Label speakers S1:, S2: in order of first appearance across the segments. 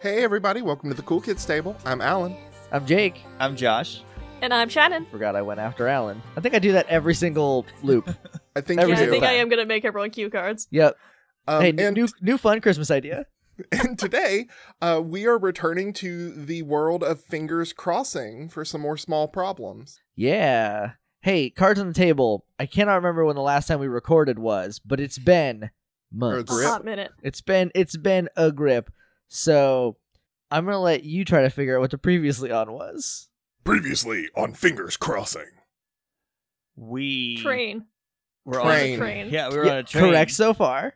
S1: Hey, everybody, welcome to the Cool Kids Table. I'm Alan.
S2: I'm Jake.
S3: I'm Josh.
S4: And I'm Shannon.
S2: Forgot I went after Alan. I think I do that every single loop.
S1: I think
S2: Every
S4: yeah, I
S1: you
S2: single
S4: think I
S2: time.
S4: am gonna make everyone cue cards.
S2: Yep.
S1: Um,
S2: hey, n-
S1: and,
S2: new new fun Christmas idea.
S1: and today, uh, we are returning to the world of fingers crossing for some more small problems.
S2: Yeah. Hey, cards on the table. I cannot remember when the last time we recorded was, but it's been months.
S1: A grip.
S4: hot minute.
S2: It's been it's been a grip. So I'm gonna let you try to figure out what the previously on was.
S1: Previously on Fingers Crossing.
S3: We
S4: Train.
S3: We're
S1: Train.
S3: On a
S4: Train.
S3: Yeah, we were
S2: Yeah,
S3: on a train.
S2: Correct so far.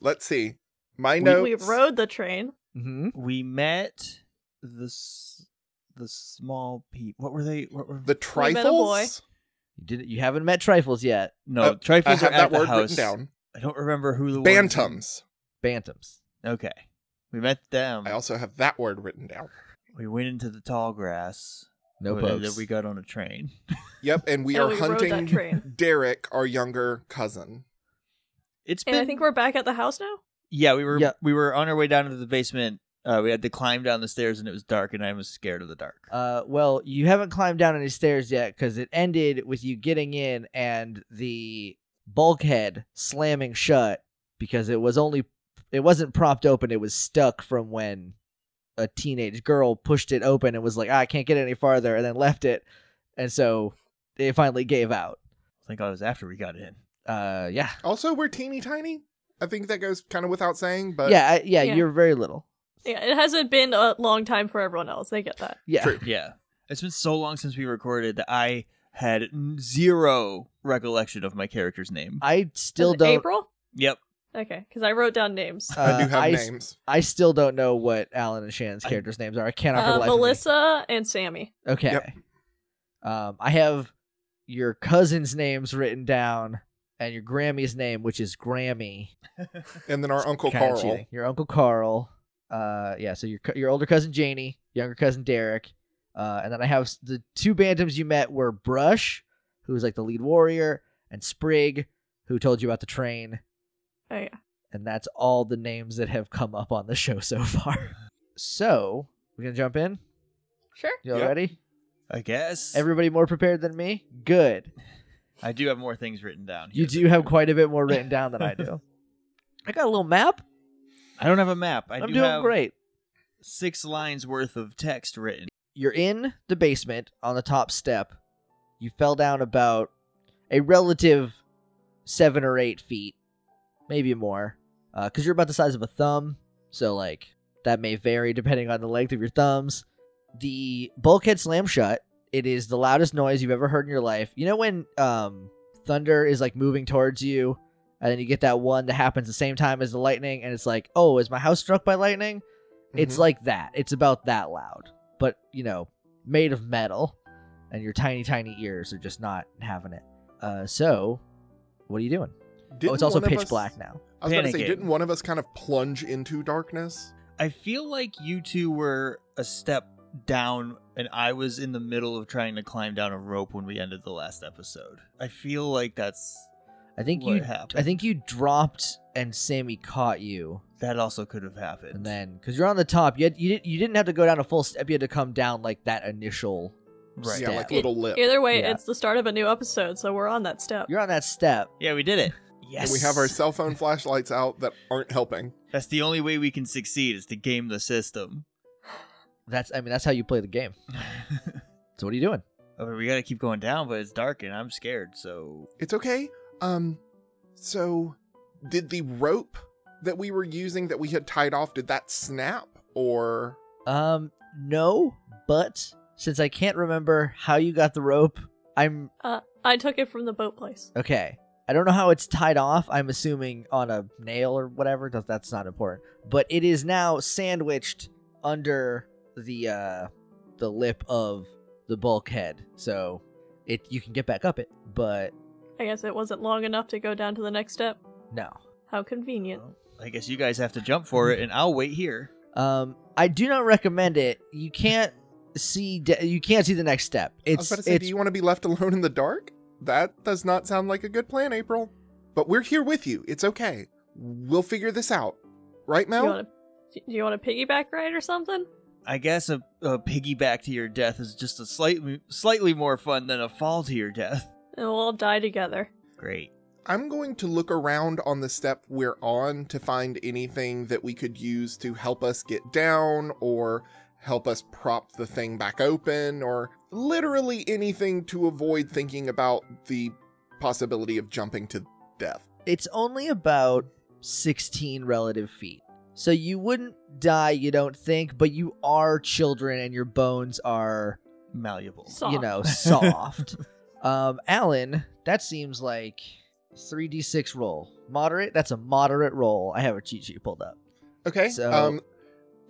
S1: Let's see. My
S4: We, we
S1: notes.
S4: rode the train.
S2: Mm-hmm.
S3: We met the s- the small people. What were they? What were
S1: the
S4: We met a boy.
S1: trifles.
S2: You didn't you haven't met trifles yet.
S3: no
S1: Uh, I
S3: trifles are
S1: have
S3: at
S1: that
S3: the
S1: word written
S3: house.
S1: down.
S3: I don't remember who the ones-
S1: Bantams.
S2: Bantams.
S3: Okay, we met them.
S1: I also have that word written down.
S3: we went into the tall grass.
S2: No
S3: and then
S2: pokes.
S3: we got on a train.
S1: Yep, and we
S4: and
S1: are
S4: we rode that
S1: hunting
S4: train.
S1: Derek, our younger cousin.
S3: It's
S4: And
S3: been.
S4: I think we're back at the house now.
S3: yeah, we were
S2: Yeah.
S3: we were on our way down to the basement. Uh, we had to climb down the stairs, and it was dark, and I was scared of the dark.
S2: Uh, well, you haven't climbed down any stairs yet because it ended with you getting in and the bulkhead slamming shut because it was only it wasn't propped open; it was stuck from when a teenage girl pushed it open and was like, "Ah, "I can't get any farther," and then left it, and so it finally gave out.
S3: I think I was after we got in.
S2: Uh, yeah,
S1: Also, we're teeny tiny. I think that goes kind of without saying, but
S2: yeah, I- yeah,
S4: Yeah.
S2: You're very little.
S4: Yeah, it hasn't been a long time for everyone else. They get that.
S2: Yeah,
S1: True.
S3: Yeah. It's been so long since we recorded that I had n- zero recollection of my character's name.
S2: I still
S4: Is it
S2: don't.
S4: April?
S3: Yep.
S4: Okay, because I wrote down names.
S2: Uh,
S1: I do have
S2: I, s-
S1: names.
S2: I still don't know what Alan and Shannon's
S3: I-
S2: characters' names are. I cannot for the
S4: Uh,
S2: life of me-
S4: Melissa and Sammy.
S2: Okay. Um, I have your cousin's names written down and your Grammy's name, which is Grammy.
S1: And then our Uncle
S2: Kinda
S1: Carl.
S2: cheating. Your Uncle Carl. Uh, yeah. So your co- your older cousin Janie, younger cousin Derek, uh, and then I have s- the two bantams you met were Brush, who was like the lead warrior, and Sprig, who told you about the train.
S4: Oh yeah.
S2: And that's all the names that have come up on the show so far. So we're gonna jump in.
S4: Sure.
S2: You all
S1: Yep.
S2: ready?
S3: I guess.
S2: Everybody more prepared than me? Good.
S3: I do have more things written down.
S2: You
S3: here.
S2: do have quite a bit more written down than I do. I got a little map.
S3: I don't have a map. I
S2: I am
S3: do
S2: doing
S3: have
S2: great.
S3: six lines worth of text written.
S2: You're in the basement on the top step. You fell down about a relative seven or eight feet, maybe more, because you're about the size of a thumb. So, like, that may vary depending on the length of your thumbs. The bulkhead slam shut. It is the loudest noise you've ever heard in your life. You know when um, thunder is like moving towards you, and then you get that one that happens the same time as the lightning, and it's like, oh, is my house struck by lightning? It's
S1: Mhm.
S2: like that. It's about that loud, but you know, made of metal, and your tiny, tiny ears are just not having it. Uh, so, what are you doing? oh,
S1: Didn't
S2: it's also
S1: one of
S2: pitch
S1: us-
S2: black now.
S1: I was going to say,
S3: Panicking.
S1: didn't one of us kind of plunge into darkness?
S3: I feel like you two were a step down, and I was in the middle of trying to climb down a rope when we ended the last episode. I feel like that's.
S2: I think
S3: what
S2: you.
S3: happened.
S2: I think you dropped, and Sammy caught you,
S3: that also could have happened.
S2: and then because you're on the top, you had, you didn't you didn't have to go down a full step. You had to come down like that initial.
S3: right.
S1: Yeah,
S2: Step.
S1: like little lip.
S4: Either way,
S2: Yeah.
S4: it's the start of a new episode, so we're on that step.
S2: You're on that step.
S3: Yeah, we did it. Yes.
S1: And we have our cell phone flashlights out that aren't helping.
S3: That's the only way we can succeed is to game the system.
S2: That's I mean that's how you play the game. So what are you doing?
S3: I mean, we gotta keep going down, but it's dark and I'm scared. So
S1: It's okay. Um, so did the rope that we were using that we had tied off did that snap or
S2: Um, no, but since I can't remember how you got the rope, I'm
S4: I took it from the boat place.
S2: Okay. I don't know how it's tied off. I'm assuming on a nail or whatever. That, that's not important. But it is now sandwiched under the uh, the lip of the bulkhead, so it you can get back up it. But
S4: I guess it wasn't long enough to go down to the next step.
S2: no.
S4: How convenient.
S3: well, I guess you guys have to jump for it, and I'll wait here.
S2: Um, I do not recommend it. You can't see. De- you can't see the next step.
S1: I was
S2: It's
S1: about to say,
S2: it's
S1: do you want to be left alone in the dark? That does not sound like a good plan, April. But we're here with you. It's okay. We'll figure this out. Right,
S4: You
S1: Mel?
S4: wanna- Do you want a piggyback ride or something?
S3: I guess a, a piggyback to your death is just a slightly slightly more fun than a fall to your death.
S4: And we'll all die together.
S3: Great.
S1: I'm going to look around on the step we're on to find anything that we could use to help us get down or help us prop the thing back open or literally anything to avoid thinking about the possibility of jumping to death.
S2: It's only about 16 relative feet. So you wouldn't die, you don't think, but you are children and your bones are,
S3: Malleable.
S4: Soft.
S2: you know, soft. um, Alan, that seems like 3d6 roll. Moderate? That's a moderate roll. I have a cheat sheet pulled up.
S1: Okay.
S2: So-
S1: um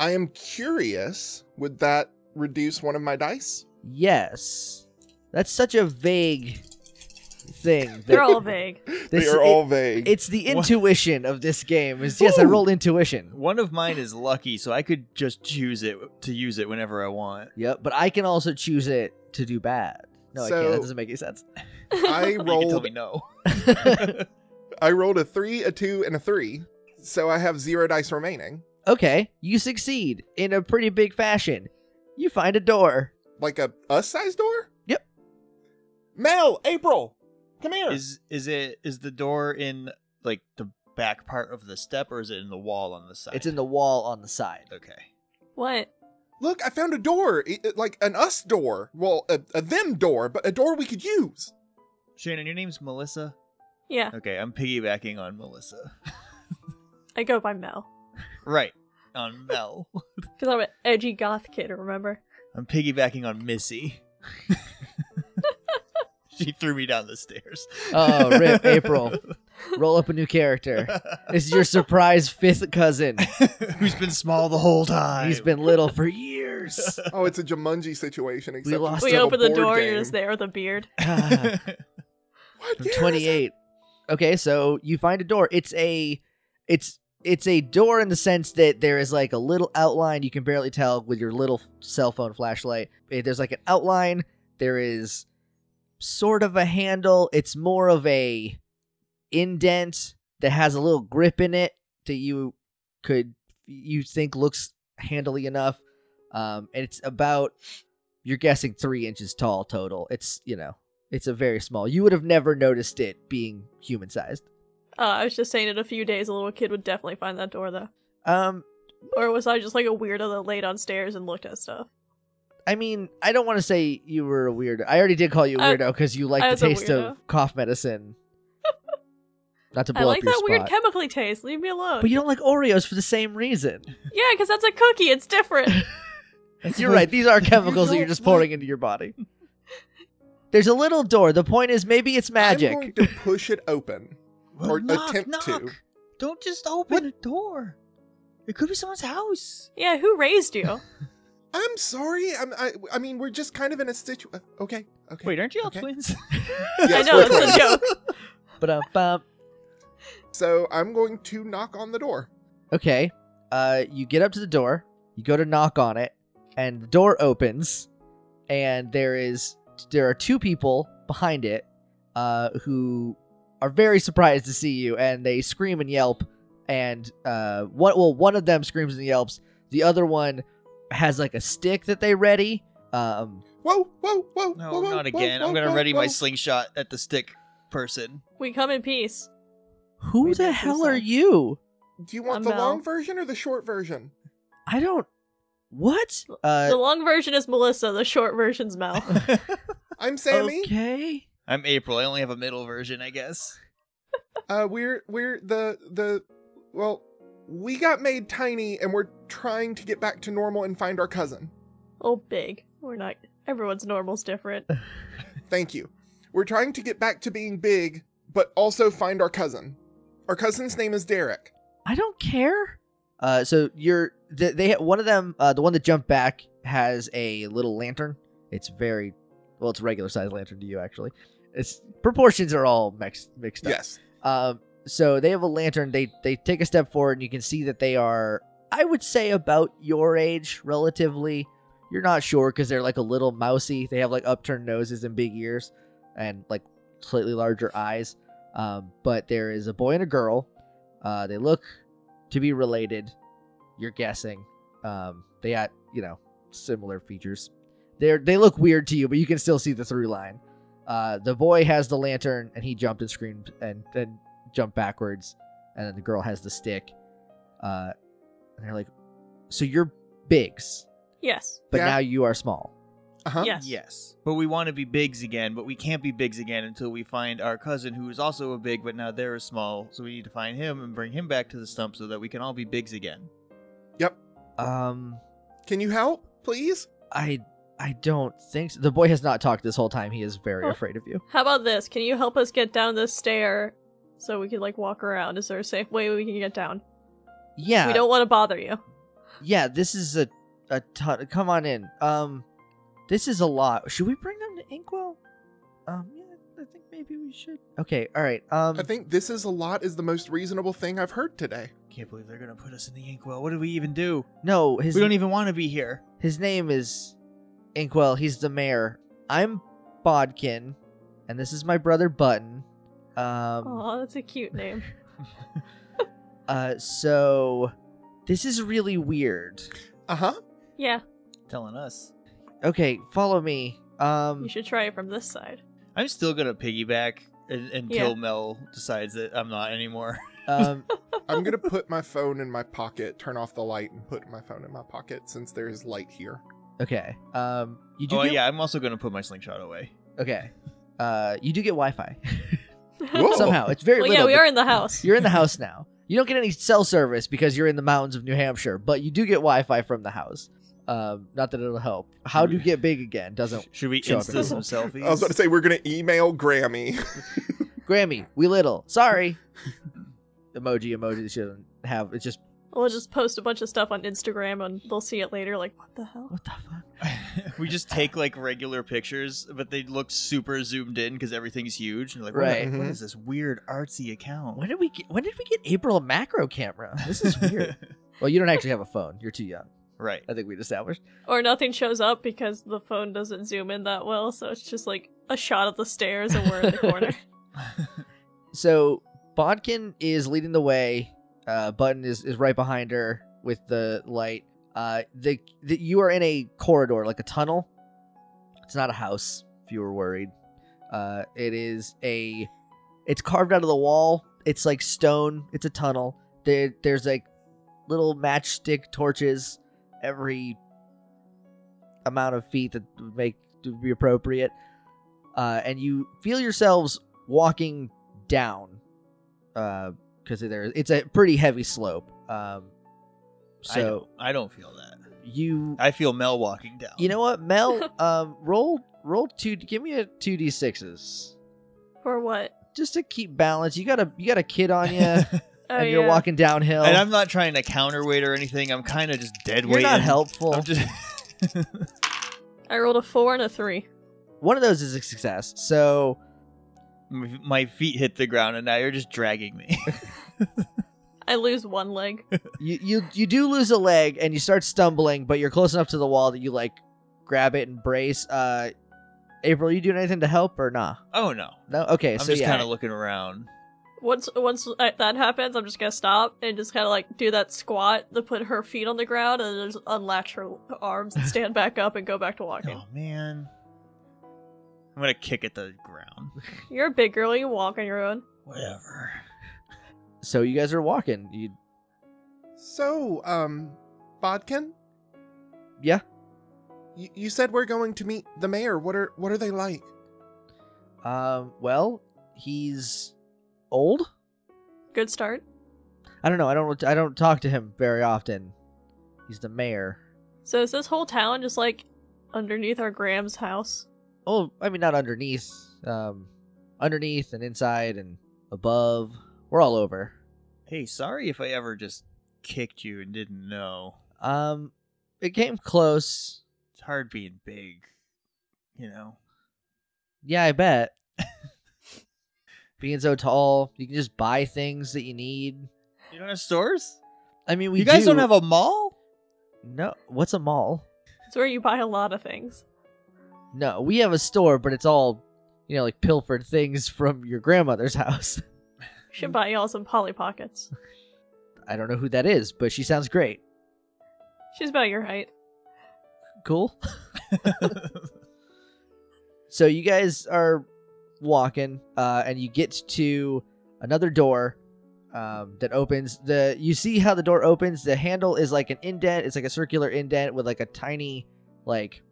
S1: I am curious, would that reduce one of my dice?
S2: Yes. That's such a vague thing.
S4: They're
S2: that-
S4: all vague.
S1: they
S2: This-
S1: are
S2: it-
S1: all vague.
S2: It's the
S3: What?
S2: intuition of this game. Is yes, I
S1: Ooh.
S2: rolled intuition.
S3: One of mine is lucky, so I could just choose it to use it whenever I want.
S2: Yep, but I can also choose it to do bad. No, I can't.
S1: So-
S2: That doesn't make any sense.
S1: I
S3: You can tell
S1: rolled
S3: me no.
S1: I rolled a 3, a 2 and a 3, so I have 0 dice remaining.
S2: Okay, you succeed in a pretty big fashion. You find a door.
S1: Like a us size door?
S2: Yep.
S1: Mel, April, come here.
S3: is is it is the door in like the back part of the step or is it in the wall on the side?
S2: It's in the wall on the side.
S3: Okay.
S4: What?
S1: Look, I found a door, i- i- like an us door. Well, a, a them door, but a door we could use.
S3: Shannon, your name's Melissa?
S4: Yeah,
S3: Okay, I'm piggybacking on Melissa.
S4: I go by Mel.
S3: right. On Mel.
S4: Because I'm an edgy goth kid, remember?
S3: I'm piggybacking on Missy. she threw me down the stairs.
S2: Oh, rip, April. Roll up a new character. This is your surprise fifth cousin.
S3: Who's been small the whole time.
S2: He's been little for years.
S1: Oh, it's a Jumanji situation. Except
S2: lost
S1: instead
S4: we
S1: of a
S4: open the
S1: board
S4: door,
S1: game.
S4: you're just there with a beard.
S2: Ah.
S1: What
S2: I'm
S1: year is it?
S2: 28. Okay, so you find a door. It's a it's it's a door in the sense that there is like a little outline you can barely tell with your little cell phone flashlight. Eh, There's like an outline. There is sort of a handle. It's more of a indent that has a little grip in it that you could you think looks handily enough. Um, and it's about you're guessing three inches tall total. It's you know it's a very small. You would have never noticed it being human sized.
S4: Uh, I was just saying, in a few days, a little kid would definitely find that door, though.
S2: Um,
S4: Or was I just like a weirdo that laid on stairs and looked at stuff?
S2: I mean, I don't want to say you were a weirdo. I already did call you a
S4: I-
S2: weirdo because you like
S4: I
S2: the
S4: was a
S2: taste of
S4: weirdo.
S2: cough medicine. Not to blow
S4: I like
S2: up your
S4: that weird
S2: spot.
S4: chemically taste. Leave me alone.
S2: but you don't like Oreos for the same reason.
S4: Yeah, because that's a cookie. It's different.
S2: You're right. These are chemicals that
S3: don't
S2: you're just
S3: like-
S2: pouring into your body. There's a little door. The point is, maybe it's magic.
S1: I'm going to push it open.
S3: Well,
S1: Or
S3: knock,
S1: attempt
S3: knock.
S1: to.
S3: Don't just open the door. It could be someone's house.
S4: yeah, who raised you?
S1: I'm sorry. I'm, I, I mean, we're just kind of in a situ. uh, Okay. Okay.
S3: Wait, aren't you all
S1: Okay.
S3: twins?
S4: I
S1: Yes,
S4: know,
S1: we're
S4: it's a joke.
S2: Ba-dum-bum.
S1: So I'm going to knock on the door.
S2: Okay. Uh, you get up to the door. You go to knock on it, and the door opens, and there is there are two people behind it, uh, who are very surprised to see you, and they scream and yelp, and uh, one well one of them screams and yelps. The other one has like a stick that they ready. Um,
S1: Whoa, whoa, whoa.
S3: No,
S1: whoa, whoa,
S3: not
S1: whoa,
S3: again.
S1: Whoa,
S3: I'm gonna
S1: whoa,
S3: ready
S1: whoa.
S3: my slingshot at the stick person.
S4: We come in peace.
S2: who
S4: Wait,
S2: the
S4: that's
S2: hell
S4: who's
S2: are
S4: that?
S2: you?
S1: Do you want
S4: I'm
S1: the
S4: Mel.
S1: long version or the short version?
S2: I don't. What? Uh,
S4: the long version is Melissa. The short version's Mel.
S1: I'm Sammy.
S2: okay.
S3: I'm April. I only have a middle version, I guess.
S1: Uh, we're we're the the well, we got made tiny, and we're trying to get back to normal and find our cousin.
S4: oh, big. We're not. Everyone's normal's different.
S1: Thank you. We're trying to get back to being big, but also find our cousin. Our cousin's name is Derek.
S2: I don't care. Uh, so you're they, they one of them, uh, the one that jumped back has a little lantern. It's very well, it's a regular sized lantern to you actually. It's proportions are all mixed mixed up.
S1: Yes.
S2: Um, so they have a lantern. They they take a step forward, and you can see that they are, I would say, about your age, relatively. You're not sure because they're like a little mousy. They have like upturned noses and big ears, and like slightly larger eyes. Um, but there is a boy and a girl. Uh, they look to be related, you're guessing. Um, they got you know similar features. They they look weird to you, but you can still see the through line. Uh, the boy has the lantern, and he jumped and screamed and then jumped backwards, and then the girl has the stick. Uh, and they're like, "So you're bigs,
S4: Yes.
S2: but
S1: Yeah.
S2: now you are small."
S1: Uh-huh.
S4: Yes.
S3: Yes. But we want to be bigs again, but we can't be bigs again until we find our cousin who is also a big, but now they're a small. So we need to find him and bring him back to the stump so that we can all be bigs again.
S2: Um,
S1: Can you help, please?
S2: I I don't think so. the boy has not talked this whole time. He is very
S4: Oh.
S2: afraid of you.
S4: How about this? Can you help us get down this stair so we can like walk around? Is there a safe way we can get down?
S2: Yeah,
S4: We don't want to bother you.
S2: yeah. This is a a ton. Come on in. Um, this is a lot. Should we bring them to Inkwell? Um, yeah, I think maybe we should. Okay, all right. Um,
S1: I think this is a lot is the most reasonable thing I've heard today.
S3: Can't believe they're going to put us in the inkwell. What did we even do?
S2: no, his
S3: we don't even want to be here.
S2: his name is Inkwell. He's the mayor. I'm Bodkin, and this is my brother Button. Um,
S4: Oh, that's a cute name.
S2: uh, so this is really weird.
S1: Uh huh.
S4: Yeah,
S3: Telling us.
S2: Okay, follow me. Um,
S4: you should try it from this side.
S3: I'm still going to piggyback un- until
S4: Yeah.
S3: Mel decides that I'm not anymore.
S2: um,
S1: I'm gonna put my phone in my pocket, turn off the light, and put my phone in my pocket since there is light here.
S2: Okay. Um, you do
S3: Oh,
S2: get
S3: yeah, I'm also going to put my slingshot away.
S2: okay. Uh, you do get Wi-Fi
S3: Oh.
S1: Whoa.
S2: somehow. It's very
S4: well,
S2: little.
S4: yeah, we
S2: but
S4: are in the house.
S2: You're in the house now. You don't get any cell service because you're in the mountains of New Hampshire, but you do get Wi-Fi from the house. Um, not that it'll help. How do you get big again? Doesn't
S3: Should we
S2: Show up
S3: insta
S2: in-
S3: some selfies?
S1: I was about to say we're gonna email Grammy.
S2: Grammy? We little. Sorry. emoji, emoji. They shouldn't have. It's just
S4: We'll just post a bunch of stuff on Instagram and they'll see it later. Like, what the hell?
S2: what the fuck.
S3: we just take like regular pictures, but they look super zoomed in because everything's huge. And you're like,
S2: Right.
S3: what, what is this weird artsy account?
S2: When did we get? When did we get April a macro camera? This is weird. well, you don't actually have a phone. You're too young.
S3: right.
S2: I think we established.
S4: Or nothing shows up because the phone doesn't zoom in that well, so it's just like a shot of the stairs and we're in the corner.
S2: so Bodkin is leading the way. Uh, Button is, is right behind her with the light. Uh, the, the you are in a corridor, like a tunnel. It's not a house. If you were worried, uh, it is a. It's carved out of the wall. It's like stone. It's a tunnel. There, there's like little matchstick torches every amount of feet that would make would be appropriate. Uh, and you feel yourselves walking down because there it's a pretty heavy slope. Um,
S3: I don't,
S2: so
S3: I don't feel that.
S2: you
S3: I feel Mel walking down.
S2: you know what Mel um roll roll two give me a two d sixes
S4: For what?
S2: just to keep balance. You got a you got a kid on you and
S4: Oh,
S2: you're
S4: yeah.
S2: walking downhill.
S3: And I'm not trying to counterweight or anything. I'm kind of just dead
S2: you're
S3: weighting.
S2: not helpful.
S3: I'm just.
S4: I rolled a four and a three.
S2: One of those is a success. So
S3: My feet hit the ground, and now you're just dragging me.
S4: I lose one leg.
S2: you you you do lose a leg and you start stumbling, but you're close enough to the wall that you like grab it and brace. Uh, April, you doing anything to help or nah?
S3: oh no!
S2: No. Okay.
S3: I'm
S2: so
S3: just
S2: yeah.
S3: kind of looking around.
S4: Once once I- that happens, I'm just gonna stop and just kind of like do that squat to put her feet on the ground and then just unlatch her arms and stand back up and go back to walking.
S3: Oh man! I'm gonna kick at the ground.
S4: You're a big girl. You walk on your own.
S3: Whatever.
S2: so you guys are walking. You
S1: so, um, Bodkin,
S2: yeah.
S1: you, you said we're going to meet the mayor. What are what are they like?
S2: Um. Well, he's old.
S4: Good start.
S2: I don't know. I don't. I don't talk to him very often. He's the mayor.
S4: So is this whole town just like underneath our Graham's house?
S2: Oh, I mean, not underneath. Um, underneath and inside and above. We're all over.
S3: Hey, sorry if I ever just kicked you and didn't know.
S2: Um, it came close.
S3: It's hard being big, you know.
S2: Yeah, I bet. Being so tall, you can just buy things that you need.
S3: You don't have stores.
S2: I mean, we
S3: you guys
S2: do.
S3: not have a mall.
S2: no. What's a mall?
S4: It's where you buy a lot of things.
S2: No, we have a store, but it's all you know, like pilfered things from your grandmother's house.
S1: Mm.
S4: Should buy y'all some Polly Pockets.
S2: I don't know who that is, but she sounds great.
S4: She's about your height.
S2: Cool. So you guys are walking, uh, and you get to another door um, that opens. The you see how the door opens. The handle is like an indent. It's like a circular indent with like a tiny, like,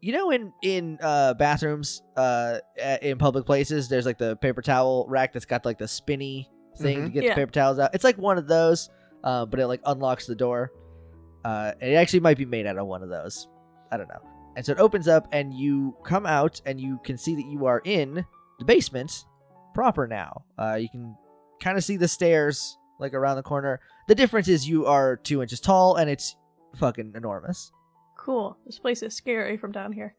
S2: you know, in in uh, bathrooms, uh, a- in public places, there's like the paper towel rack that's got like the spinny thing to
S1: Mhm.
S2: get
S4: Yeah.
S2: the paper towels out. It's like one of those, uh, but it like unlocks the door. Uh, and it actually might be made out of one of those. I don't know. And so it opens up, and you come out, and you can see that you are in the basement proper now. Uh, you can kind of see the stairs like around the corner. The difference is you are two inches tall, and it's fucking enormous.
S4: Cool. This place is scary from down here.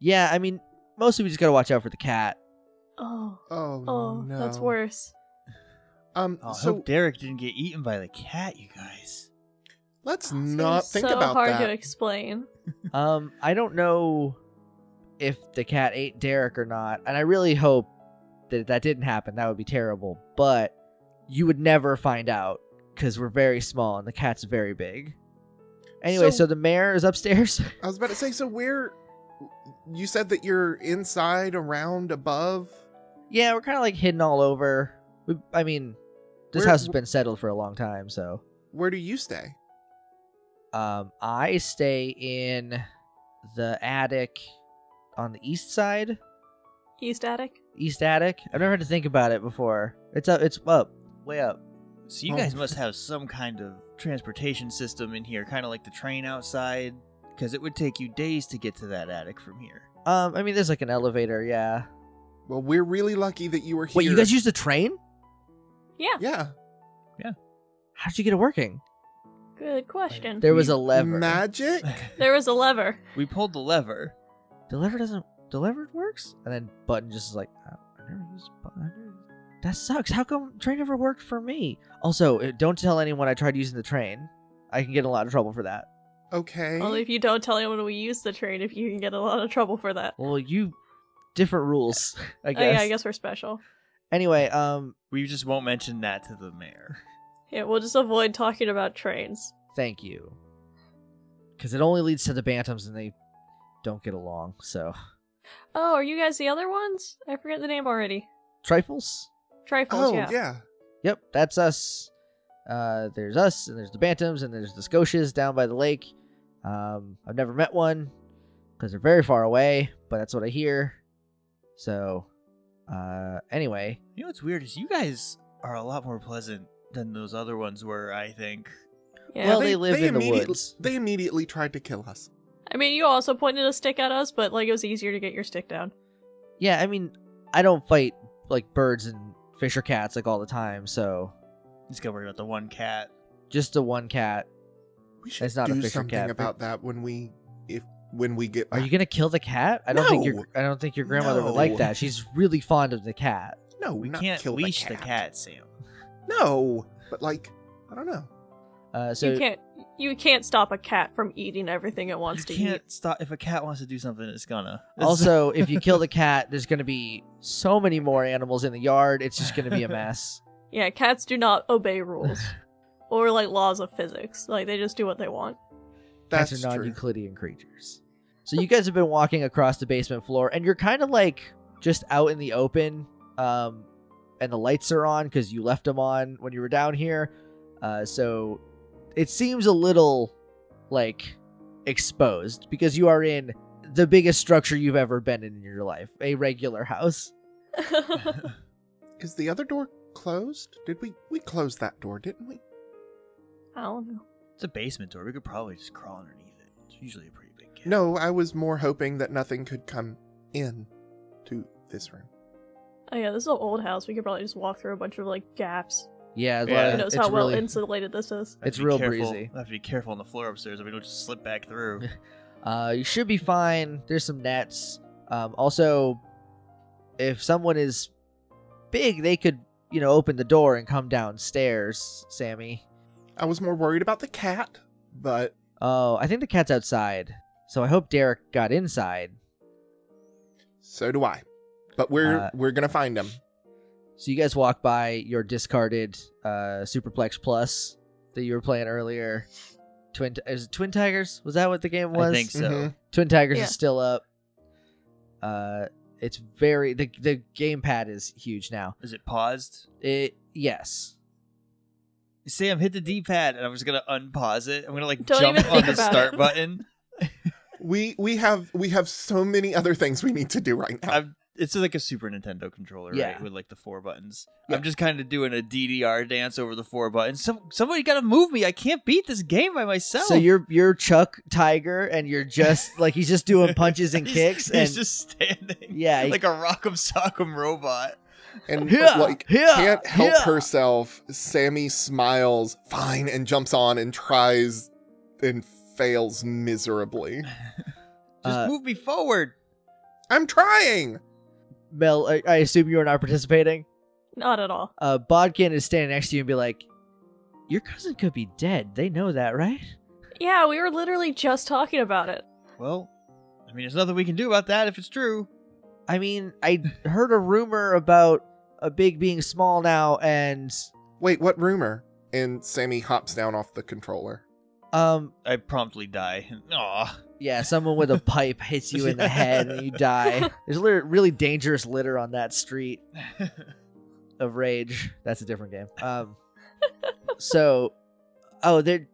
S2: Yeah, I mean, mostly we just gotta watch out for the cat.
S4: Oh,
S1: Oh,
S4: oh,
S1: no.
S4: that's worse.
S1: Um,
S3: Oh, I
S1: so
S3: hope Derek didn't get eaten by the cat, you guys.
S1: let's
S4: It's
S1: not think
S4: so
S1: about
S4: hard
S1: that.
S4: to explain.
S2: um, I don't know if the cat ate Derek or not, and I really hope that that didn't happen. That would be terrible, but you would never find out because we're very small and the cat's very big. Anyway,
S1: So-
S2: so the mayor is upstairs.
S1: I was about to say, so where you said that you're inside, around, above.
S2: Yeah, we're kind of like hidden all over. We, I mean, this
S1: Where-
S2: house has been settled for a long time, so
S1: Where do you stay?
S2: um, I stay in the attic on the east side,
S4: East attic.
S2: east attic. I've never had to think about it before. It's up, it's up, way up.
S3: So you
S1: Oh.
S3: guys must have some kind of transportation system in here, kind of like the train outside, because it would take you days to get to that attic from here.
S2: Um, I mean, there's like an elevator. Yeah.
S1: Well, we're really lucky that you were here.
S2: Wait, you guys used the train?
S4: Yeah.
S1: yeah
S2: How did you get it working?
S4: Good question.
S2: There was
S3: We-
S2: a lever.
S1: magic.
S4: There was a lever.
S3: we pulled the lever.
S2: the lever doesn't. The lever works, and then button just is like, I I never used button. I never used- That sucks. How come train never worked for me? Also, uh, don't tell anyone I tried using the train. I can get in a lot of trouble for that.
S1: Okay.
S4: Only if you don't tell anyone we use the train, if you can get a lot of trouble for that.
S2: Well, you different rules, I
S4: Oh
S2: guess.
S4: yeah, I guess we're special.
S2: Anyway, um,
S3: We just won't mention that to the mayor.
S4: Yeah, we'll just avoid talking about trains.
S2: thank you. Because it only leads to the bantams, and they don't get along. So
S4: Oh, are you guys the other ones? I forget the name already.
S2: trifles.
S4: Trifles,
S1: oh
S4: yeah.
S1: yeah.
S2: Yep, that's us. Uh, there's us, and there's the Bantams, and there's the Scotias down by the lake. Um, I've never met one because they're very far away, but that's what I hear. So, uh, anyway,
S3: You know what's weird is you guys are a lot more pleasant than those other ones were, I think.
S4: Yeah.
S2: Well, they live in the
S1: immediate-
S2: woods.
S1: They immediately tried to kill us.
S4: I mean, you also pointed a stick at us, but like it was easier to get your stick down.
S2: yeah, I mean, I don't fight like birds and fish or cats like all the time, so
S3: Just gotta worry about the one cat.
S2: just the one cat.
S1: We should
S2: It's not a
S1: do
S2: fish or
S1: something
S2: cat,
S1: about that when we if when we get.
S2: Are
S1: back.
S2: you gonna kill the cat? I don't think
S1: No!
S2: your I don't think your grandmother would
S1: No.
S2: like that. She's really fond of the cat.
S1: No,
S3: We
S1: Oh, not
S3: can't
S1: kill
S3: leash
S1: the cat.
S3: Sam.
S1: No, but like I don't know.
S2: Uh, so
S4: you can't you can't stop a cat from eating everything it wants
S3: you
S4: to eat.
S3: can't stop if a cat wants to do something. It's gonna. This is-
S2: Also, if you kill the cat, there's going to be so many more animals in the yard. It's just going to be a mess.
S4: Yeah, cats do not obey rules or like laws of physics. Like they just do what they want.
S1: That's
S2: Cats are
S1: true.
S2: non-Euclidean creatures. So you guys have been walking across the basement floor, and you're kind of like just out in the open, um, and the lights are on because you left them on when you were down here. Uh, so it seems a little like exposed because you are in the biggest structure you've ever been in in your life, a regular house.
S1: Is the other door closed? Did we we closed that door, didn't we?
S4: I don't know.
S3: it's a basement door. We could probably just crawl underneath it. It's usually a pretty big cat.
S1: No, I was more hoping that nothing could come in to this room.
S4: Oh yeah, this is an old house. We could probably just walk through a bunch of like gaps.
S2: Yeah, a lot
S3: Yeah.
S2: of-
S4: Who knows
S2: it's
S4: how well
S2: really-
S4: insulated this is?
S3: Have
S2: It's
S3: to be
S2: real
S3: careful-
S2: breezy.
S3: I have to be careful on the floor upstairs. I mean, don't just slip back through.
S2: Uh, you should be fine. There's some nets. Um, also, if someone is big, they could, you know, open the door and come downstairs, Sammy.
S1: I was more worried about the cat, but
S2: Oh, I think the cat's outside. So I hope Derek got inside.
S1: so do I. But we're
S2: Uh,
S1: we're gonna find him.
S2: So you guys walk by your discarded uh, Superplex Plus that you were playing earlier. Twin is it Twin Tigers? Was that what the game was? mm-hmm.
S3: I think so.
S1: Mhm.
S2: Twin Tigers
S4: Yeah.
S2: is still up. Uh, it's very the the gamepad is huge now.
S3: Is it paused?
S2: It yes.
S3: Sam, hit the D-pad, and I'm just gonna unpause it. I'm gonna like
S4: Don't
S3: jump
S4: even
S3: on
S4: think
S3: the
S4: about
S3: start
S4: it.
S3: button.
S1: We we have we have so many other things we need to do right now.
S3: I'm, it's like a Super Nintendo controller,
S2: Yeah.
S3: right? With like the four buttons.
S1: Yeah.
S3: I'm just kind of doing a DDR dance over the four buttons. Some somebody got to move me. I can't beat this game by myself.
S2: So you're you're Chuck Tiger, and you're just like he's just doing punches and
S3: He's-
S2: kicks,
S3: He's
S2: and
S3: just standing.
S2: yeah, he-
S3: Like a Rock'em Sock'em robot.
S1: and
S2: Yeah,
S1: like
S2: yeah,
S1: can't help
S2: yeah.
S1: herself. Sammy smiles, fine, and jumps on and tries and fails miserably.
S3: Just
S2: Uh,
S3: move me forward.
S1: I'm trying.
S2: Mel. I, I assume you are not participating.
S4: Not at all.
S2: Uh, Bodkin is standing next to you and be like, "Your cousin could be dead. They know that, right?"
S4: Yeah, we were literally just talking about it.
S3: Well, I mean, there's nothing we can do about that if it's true.
S2: I mean, I heard a rumor about a big being small now, and
S1: Wait, what rumor? And Sammy hops down off the controller.
S2: um,
S3: I promptly die. Aw.
S2: yeah, someone with a pipe hits you in the head and you die. There's lit- really dangerous litter on that street. of Rage. That's a different game. Um, so, oh, there.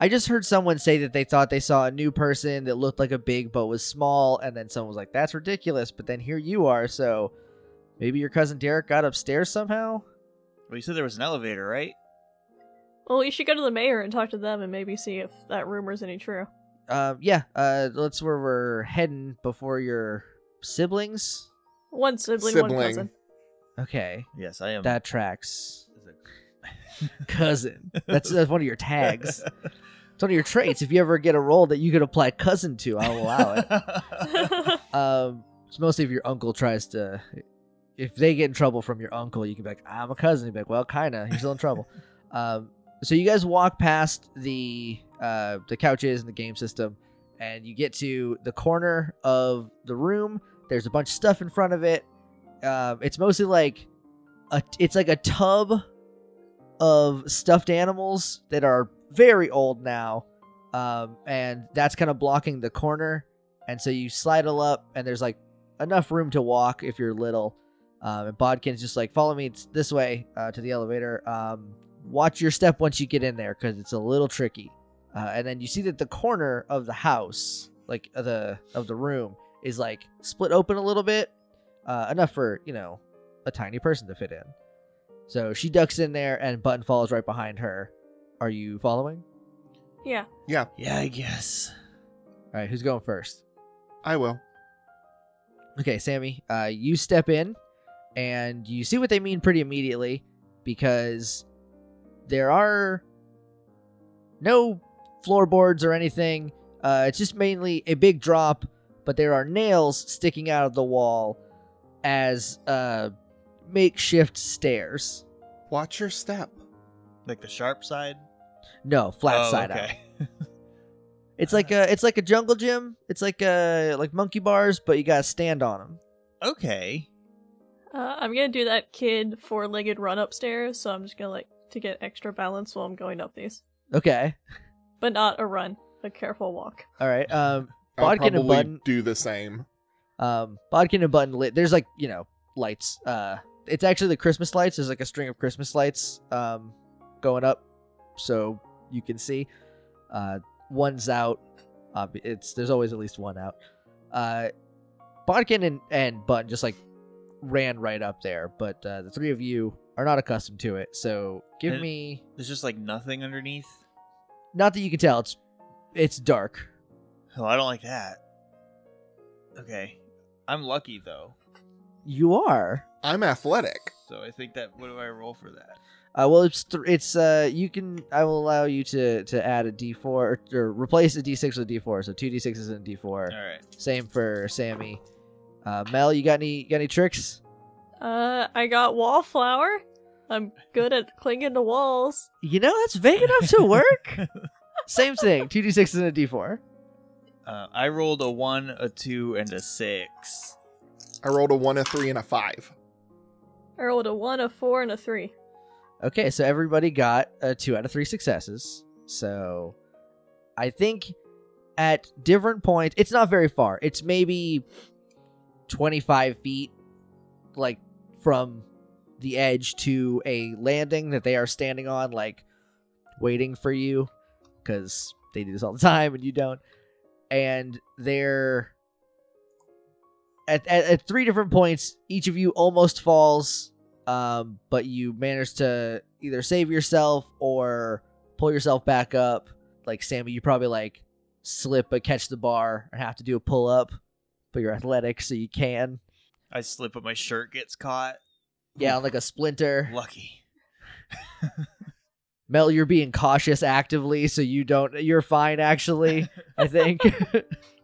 S2: I just heard someone say that they thought they saw a new person that looked like a big but was small, and then someone was like, "That's ridiculous." But then here you are, so maybe your cousin Derek got upstairs somehow.
S3: well, you said there was an elevator, right?
S4: Well, we should go to the mayor and talk to them and maybe see if that rumor's any true.
S2: Um, yeah, uh, that's where we're heading before your siblings.
S4: One sibling, one cousin.
S2: Okay,
S3: Yes, I am.
S2: that tracks. Cousin. That's that's one of your tags. It's one of your traits. If you ever get a role that you could apply cousin to, I'll allow it. Um, it's mostly if your uncle tries to. If they get in trouble from your uncle, you can be like, "I'm a cousin." You'd be like, "Well, kinda. You're still in trouble." um, so you guys walk past the uh, the couches and the game system, and you get to the corner of the room. There's a bunch of stuff in front of it. Um, it's mostly like a. It's like a tub of stuffed animals that are very old now, um, and that's kind of blocking the corner and so you slidle up and there's like enough room to walk if you're little um, and bodkin's just like follow me it's this way uh, to the elevator um, watch your step once you get in there because it's a little tricky uh, and then you see that the corner of the house like of the of the room is like split open a little bit uh, enough for you know a tiny person to fit in so she ducks in there and button falls right behind her are you following
S4: Yeah.
S3: yeah, I guess.
S2: all right who's going first
S1: I will.
S2: Okay, Sammy, uh, you step in and you see what they mean pretty immediately because there are no floorboards or anything. Uh, it's just mainly a big drop, but there are nails sticking out of the wall as uh, makeshift stairs.
S1: Watch your step.
S3: Like the sharp side?
S2: No, flat
S3: Oh,
S2: side up.
S3: okay.
S2: It's like a it's like a jungle gym. It's like a like monkey bars, but you gotta stand on them.
S3: okay.
S4: Uh, I'm gonna do that kid four legged run upstairs, so I'm just gonna like to get extra balance while I'm going up these.
S2: Okay,
S4: But not a run, a careful walk.
S2: all right. Um,
S1: I'll
S2: Bodkin and
S1: probably
S2: Button-
S1: do the same.
S2: Um, Bodkin and Button lit. There's like you know lights. Uh, it's actually the Christmas lights. There's like a string of Christmas lights. Um, going up, so you can see. Uh, one's out. Uh, it's there's always at least one out. Uh, Bodkin and and Button just like ran right up there, but uh, the three of you are not accustomed to it. So give
S3: And-
S2: me
S3: There's just like nothing underneath.
S2: not that you can tell. It's it's dark.
S3: Oh, I don't like that. Okay. I'm lucky though.
S2: You are.
S1: I'm athletic.
S3: So I think that what do I roll for that?
S2: Uh, well, it's th- it's uh you can I will allow you to to add a D four or, or replace a D six with a D four, so two D sixes and a D four.
S3: All right.
S2: Same for Sammy. Uh, Mel, you got any you got any tricks?
S4: Uh, I got wallflower. I'm good at clinging to walls.
S2: You know that's vague enough to work. Same thing, two D sixes and a D four.
S3: Uh, I rolled a 1, a 2 and a 6.
S1: I rolled a one, a three, and a five.
S4: I rolled a one, a four, and a three.
S2: uh, Okay, so everybody got a two out of three successes. So I think at different points, it's not very far. It's maybe 25 feet, like from the edge to a landing that they are standing on, like waiting for you, because they do this all the time and you don't. And they're at, at, at three different points, each of you almost falls, um, but you manage to either save yourself or pull yourself back up. Like Sammy, you probably like slip but catch the bar and have to do a pull up, but you're athletic, so you can.
S3: I slip, but my shirt gets caught.
S2: Yeah, like a splinter.
S3: Lucky.
S2: Mel, you're being cautious actively, so you don't. You're fine, actually. I think.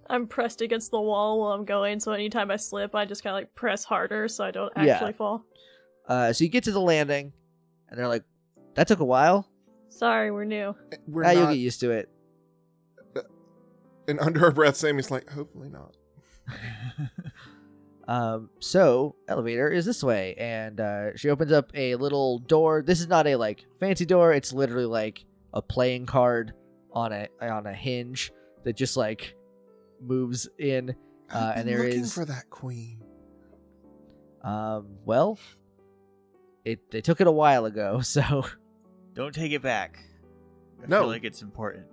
S4: I'm pressed against the wall while I'm going, so anytime I slip, I just kind of like press harder so I don't
S2: Yeah.
S4: actually fall.
S2: uh, so you get to the landing, and they're like, "That took a while.
S4: Sorry, we're new.
S1: We're
S2: Ah, you'll
S1: not.
S2: get used to it."
S1: And under her breath, Sammy's like, hopefully not.
S2: Um, so elevator is this way, and uh, she opens up a little door. This is not a like fancy door. It's literally like a playing card on a on a hinge that just like moves in. Uh,
S1: I've
S2: and
S1: been
S2: there
S1: looking
S2: is-
S1: for that queen.
S2: Um, well, it they took it a while ago, so
S3: Don't take it back. I
S1: No.
S3: feel like it's important.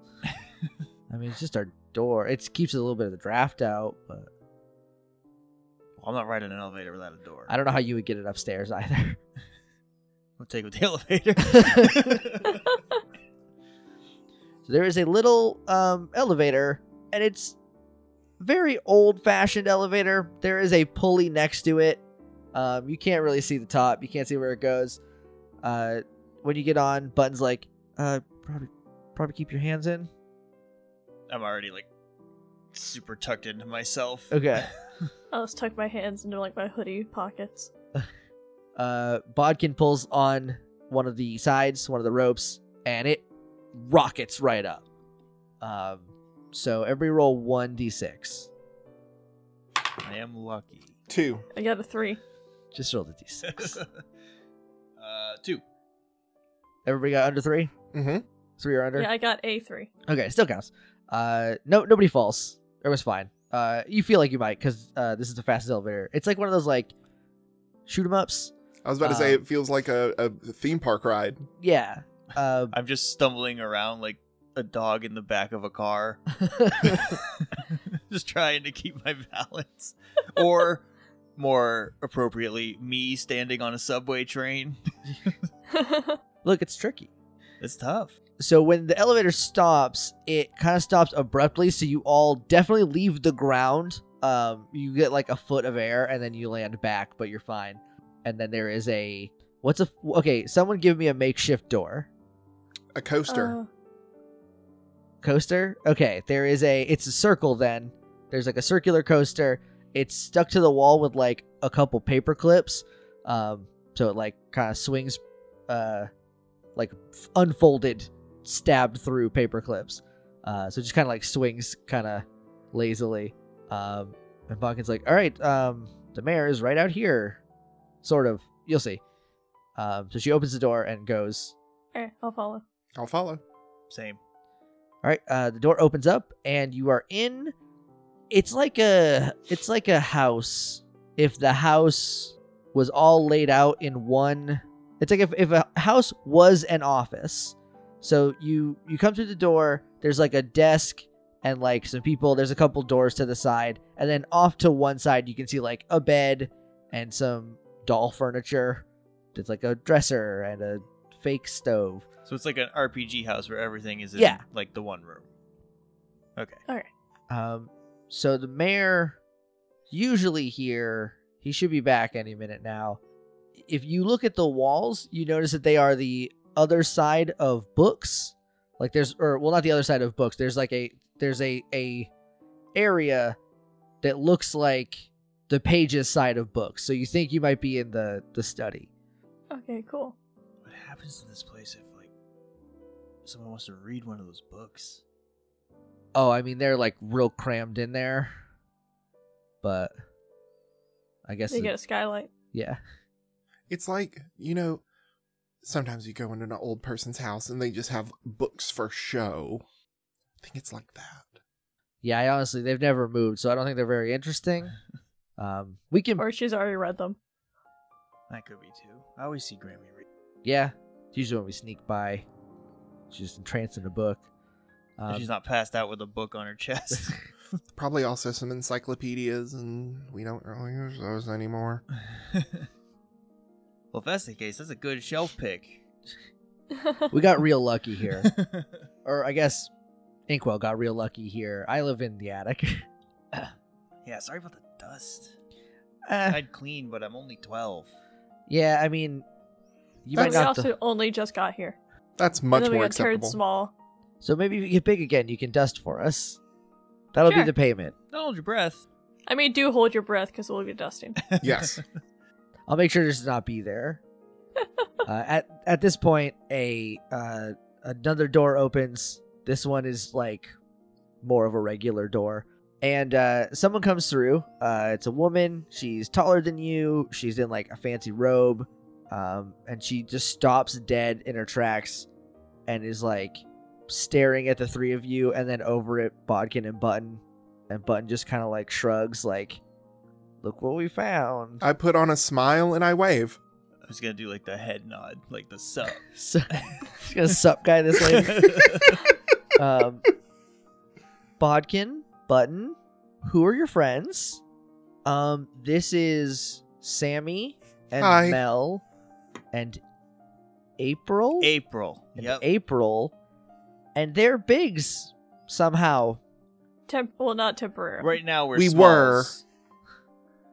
S2: I mean it's just our door. It keeps a little bit of the draft out, but
S3: Well, I'm not riding an elevator without a door.
S2: I don't know how you would get it upstairs either.
S3: We'll take it with the elevator.
S2: So there is a little um, elevator, and it's very old-fashioned elevator. There is a pulley next to it. Um, you can't really see the top. You can't see where it goes. Uh, when you get on, buttons like uh, probably probably keep your hands in.
S3: I'm already like super tucked into myself.
S2: Okay.
S4: I'll just tuck my hands into like my hoodie pockets.
S2: uh, Bodkin pulls on one of the sides, one of the ropes, and it rockets right up. Um, so everybody roll one d6.
S3: I am lucky.
S1: Two.
S4: I got a three.
S2: Just roll the d6.
S3: uh, two.
S2: everybody got under three,
S1: Mm-hmm.
S2: three or under.
S4: Yeah, I got a three.
S2: Okay, still counts. Uh, no, nobody falls. It was fine. Uh, you feel like you might because uh, this is the fastest elevator. It's like one of those like shoot 'em ups.
S1: I was about to say
S2: Um,
S1: it feels like a, a theme park ride.
S2: Yeah. Uh,
S3: I'm just stumbling around like a dog in the back of a car, just trying to keep my balance. Or, more appropriately, me standing on a subway train.
S2: look, it's tricky.
S3: It's tough.
S2: so when the elevator stops, it kind of stops abruptly. So you all definitely leave the ground. Um, you get like a foot of air, and then you land back, but you're fine. And then there is a what's a okay? Someone give me a makeshift door
S1: A coaster.
S4: Uh,
S2: coaster. Okay, there is a it's a circle. Then there's like a circular coaster. It's stuck to the wall with like a couple paper clips. Um, so it like kind of swings, uh, like f- unfolded, stabbed through paper clips. Uh, so it just kind of like swings kind of lazily. Um, and Bonkin's like, all right, um, the mayor is right out here. Sort of. You'll see. Um, so she opens the door and goes,
S4: Uh, alright, I'll follow.
S1: I'll follow.
S3: Same.
S2: All right, uh, the door opens up and you are in. It's like a it's like a house. If the house was all laid out in one, it's like if, if a house was an office. So you you come through the door. There's like a desk and like some people. There's a couple doors to the side, and then off to one side you can see like a bed and some doll furniture. There's like a dresser and a fake stove.
S3: So it's like an RPG house where everything is in
S2: Yeah.
S3: like the one room. Okay.
S2: Um, so the mayor, usually here, he should be back any minute now. If you look at the walls, you notice that they are the other side of books. Like there's, or well, not the other side of books. There's like a there's a a area that looks like the pages side of books. So you think you might be in the the study.
S4: Okay, cool.
S3: What happens in this place if like someone wants to read one of those books?
S2: Oh, I mean they're like real crammed in there, but I guess
S4: They
S2: it-
S4: get a skylight.
S2: yeah.
S1: It's like, you know, sometimes you go into an old person's house and they just have books for show. think it's like that.
S2: Yeah, I honestly they've never moved, so I don't think they're very interesting. Um, we can,
S4: Or she's already read them.
S3: That could be too. I always see Grammy read.
S2: yeah. It's usually when we sneak by, she's just entranced in a book.
S3: If
S2: Um,
S3: She's not passed out with a book on her chest.
S1: Probably also some encyclopedias, and we don't really use those anymore.
S3: well, if that's the case, that's a good shelf pick.
S2: we got real lucky here, or I guess Inkwell got real lucky here. I live in the attic.
S3: yeah, sorry about the dust.
S2: Eh,
S3: I'd clean, but I'm only 12.
S2: yeah, I mean, you might
S4: And we
S2: not.
S4: also only just got here.
S1: That's
S4: and
S1: much
S4: then we
S1: more
S4: got turned
S1: acceptable.
S4: small.
S2: so maybe if you get big again, you can dust for us. That'll
S4: Sure.
S2: be the payment.
S3: Don't hold your breath.
S4: I mean, do hold your breath because we'll be dusting.
S1: Yes.
S2: I'll make sure to just not be there. uh, at at this point, a uh, another door opens. This one is like more of a regular door, and uh, someone comes through. Uh, it's a woman. She's taller than you. She's in like a fancy robe, um, and she just stops dead in her tracks, and is like staring at the three of you, and then over at Bodkin and Button, and Button just kind of like shrugs, like, "Look what we found."
S1: I put on a smile and I wave.
S3: I was gonna do like the head nod, like the sup.
S2: So, she's gonna sup guy this way. Um, Bodkin, Button, who are your friends? Um, this is Sammy and
S1: Hi.
S2: Mel and April.
S3: April.
S2: and
S3: Yep.
S2: April, and they're bigs somehow.
S4: Temp- well, not temporary.
S3: Right now we're
S1: We
S3: smalls,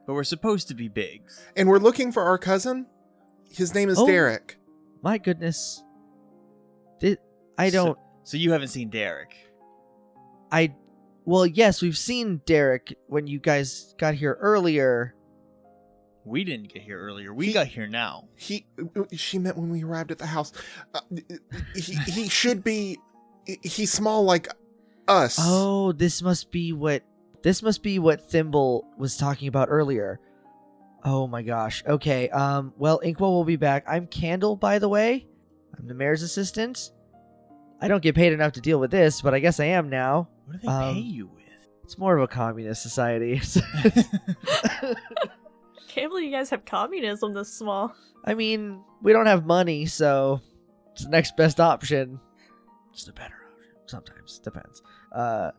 S3: but we're supposed to be bigs.
S1: And we're looking for our cousin. His name is
S2: Oh.
S1: Derek.
S2: My goodness, Thi- I
S3: So-
S2: don't.
S3: So you haven't seen Derek.
S2: I well, yes, we've seen Derek when you guys got here earlier.
S3: We didn't get here earlier. We
S1: He-
S3: got here now.
S1: He, she met when we arrived at the house. Uh, he, he should be. He's small like us.
S2: Oh, this must be what this must be what Thimble was talking about earlier. Oh my gosh. Okay. Um. Well, Inkwell will be back. I'm Candle, by the way. I'm the mayor's assistant. I don't get paid enough to deal with this, but I guess I am now.
S3: What do they
S2: Um,
S3: pay you with?
S2: It's more of a communist society.
S4: Can't believe you guys have communism this small.
S2: I mean, we don't have money, so it's the next best option. It's the better option. Sometimes depends. Uh.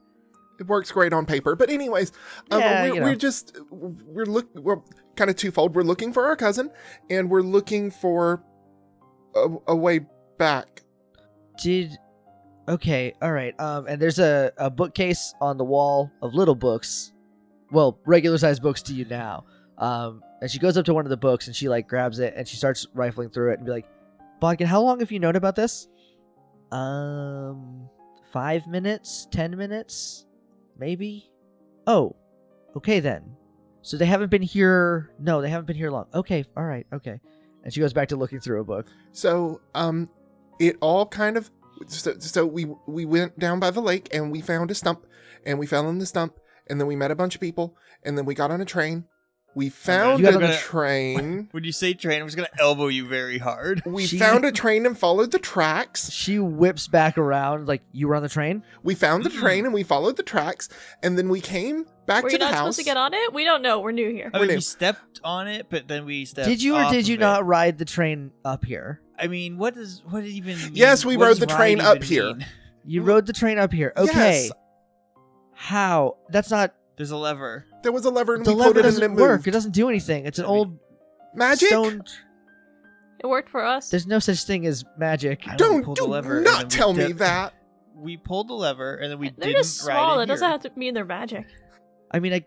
S1: it works great on paper. But anyways, um,
S2: Yeah,
S1: we're,
S2: you know.
S1: we're just we're look we're kind of twofold. We're looking for our cousin, and we're looking for a, a way back.
S2: did okay all right um and there's a, a bookcase on the wall of little books well regular sized books to you now um and she goes up to one of the books and she like grabs it and she starts rifling through it and be like bodkin how long have you known about this um five minutes ten minutes maybe oh okay then so they haven't been here no they haven't been here long okay all right okay and she goes back to looking through a book
S1: So um, it all kind of so, so we we went down by the lake and we found a stump, and we fell in the stump, and then we met a bunch of people, and then we got on a train.
S3: Oh
S1: We found
S2: You got
S1: a
S2: on
S3: the-
S1: train.
S3: when you say train, I'm just gonna elbow you very hard.
S1: We
S2: She-
S1: found a train and followed the tracks.
S2: she whips back around like you were on the train
S1: We found the train and we followed the tracks, and then we came back
S4: Were
S1: to
S4: you
S1: the
S4: not
S1: house.
S4: supposed to get on it? We don't know. We're new here.
S3: I
S1: We're
S3: mean,
S1: new.
S3: we stepped on it, but then we stepped.
S2: Did you or
S3: off
S2: did
S3: of
S2: you
S3: it.
S2: not ride the train up here?
S3: I mean, what does what does even? Mean?
S1: Yes, we
S3: what
S1: rode
S3: does
S1: the
S3: ride
S1: train
S3: even
S1: up here.
S3: mean?
S2: You
S1: Well,
S2: rode the train up here. Okay.
S1: yes.
S2: How? That's not
S3: There's a lever.
S1: There was a lever and
S2: the
S1: we pulled
S2: lever
S1: it and it
S2: doesn't work.
S1: moved.
S2: It doesn't do anything. It's an
S3: I mean,
S2: old
S1: Magic?
S2: stone.
S4: It worked for us.
S2: There's no such thing as magic.
S3: I know we
S1: Don't
S3: pulled the
S1: do
S3: lever and then
S1: not
S3: we
S1: tell me
S3: dipped-
S1: that.
S3: We pulled the lever and then we
S4: They're
S3: didn't
S4: just small.
S3: ride it.
S4: That doesn't
S3: here.
S4: have to mean they're magic.
S2: I mean, I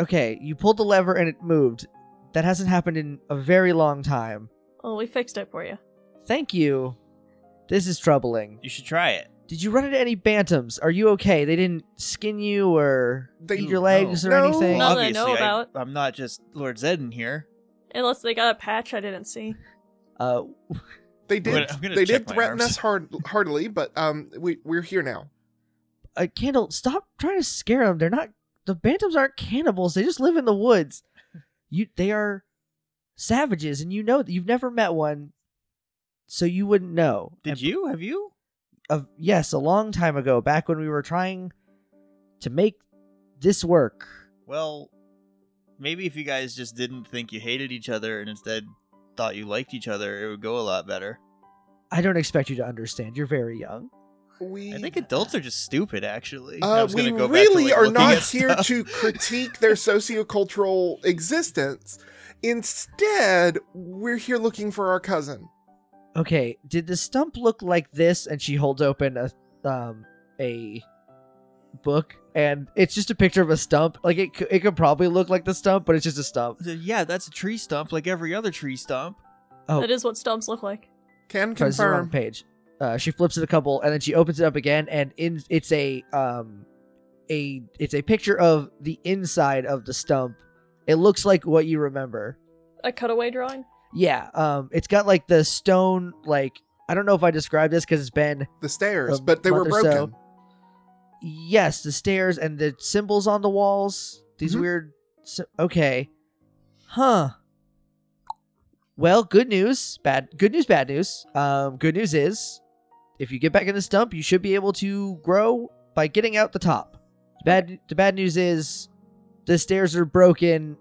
S2: okay. You pulled the lever and it moved. That hasn't happened in a very long time.
S4: Well, we fixed it for you.
S2: Thank you. This is troubling.
S3: You should try it.
S2: Did you run into any bantams? Are you okay? They didn't skin you or
S1: They-
S2: eat your legs or
S1: No.
S2: anything.
S4: No.
S3: Well,
S4: that I know
S3: obviously,
S4: about.
S3: I, am not just Lord Zedden here.
S4: Unless they got a patch I didn't see.
S2: Uh,
S1: They did.
S3: gonna- I'm gonna
S1: they
S3: check
S1: did
S3: my
S1: threaten
S3: arms.
S1: us hard, hardly, but um, we we're here now.
S2: uh, Candle, stop trying to scare them. They're not the bantams aren't cannibals. They just live in the woods. You, they are savages, and you know that you've never met one, so you wouldn't know.
S3: Did you? Have you?
S2: of yes, a long time ago, back when we were trying to make this work.
S3: Well, maybe if you guys just didn't think you hated each other and instead thought you liked each other, it would go a lot better.
S2: I don't expect you to understand. You're very young.
S1: We
S3: I think adults are just stupid, actually. I
S1: Uh,
S3: was
S1: we
S3: gonna go back to,
S1: really
S3: like,
S1: are
S3: looking
S1: not
S3: at
S1: here
S3: stuff.
S1: to critique their sociocultural existence. Instead, we're here looking for our cousin.
S2: Okay, did the stump look like this? And she holds open a um a book, and it's just a picture of a stump. Like it, c- it could probably look like the stump, but it's just a stump.
S3: Yeah, that's a tree stump, like every other tree stump.
S2: Oh,
S4: That is what stumps look like.
S1: Can
S2: Sorry, this is the wrong
S1: confirm.
S2: page. Uh, she flips it a couple, and then she opens it up again, and in it's a um a it's a picture of the inside of the stump. It looks like what you remember.
S4: A cutaway drawing.
S2: Yeah, um, it's got like the stone. Like I don't know if I described this because it's been
S1: The stairs,
S2: a
S1: but they were
S2: month or so.
S1: broken.
S2: yes, the stairs and the symbols on the walls. These
S1: Mhm.
S2: weird. sy- Okay, huh. Well, good news. Bad. Good news. Bad news. Um, good news is, if you get back in the stump, you should be able to grow by getting out the top. The bad. The bad news is, the stairs are broken,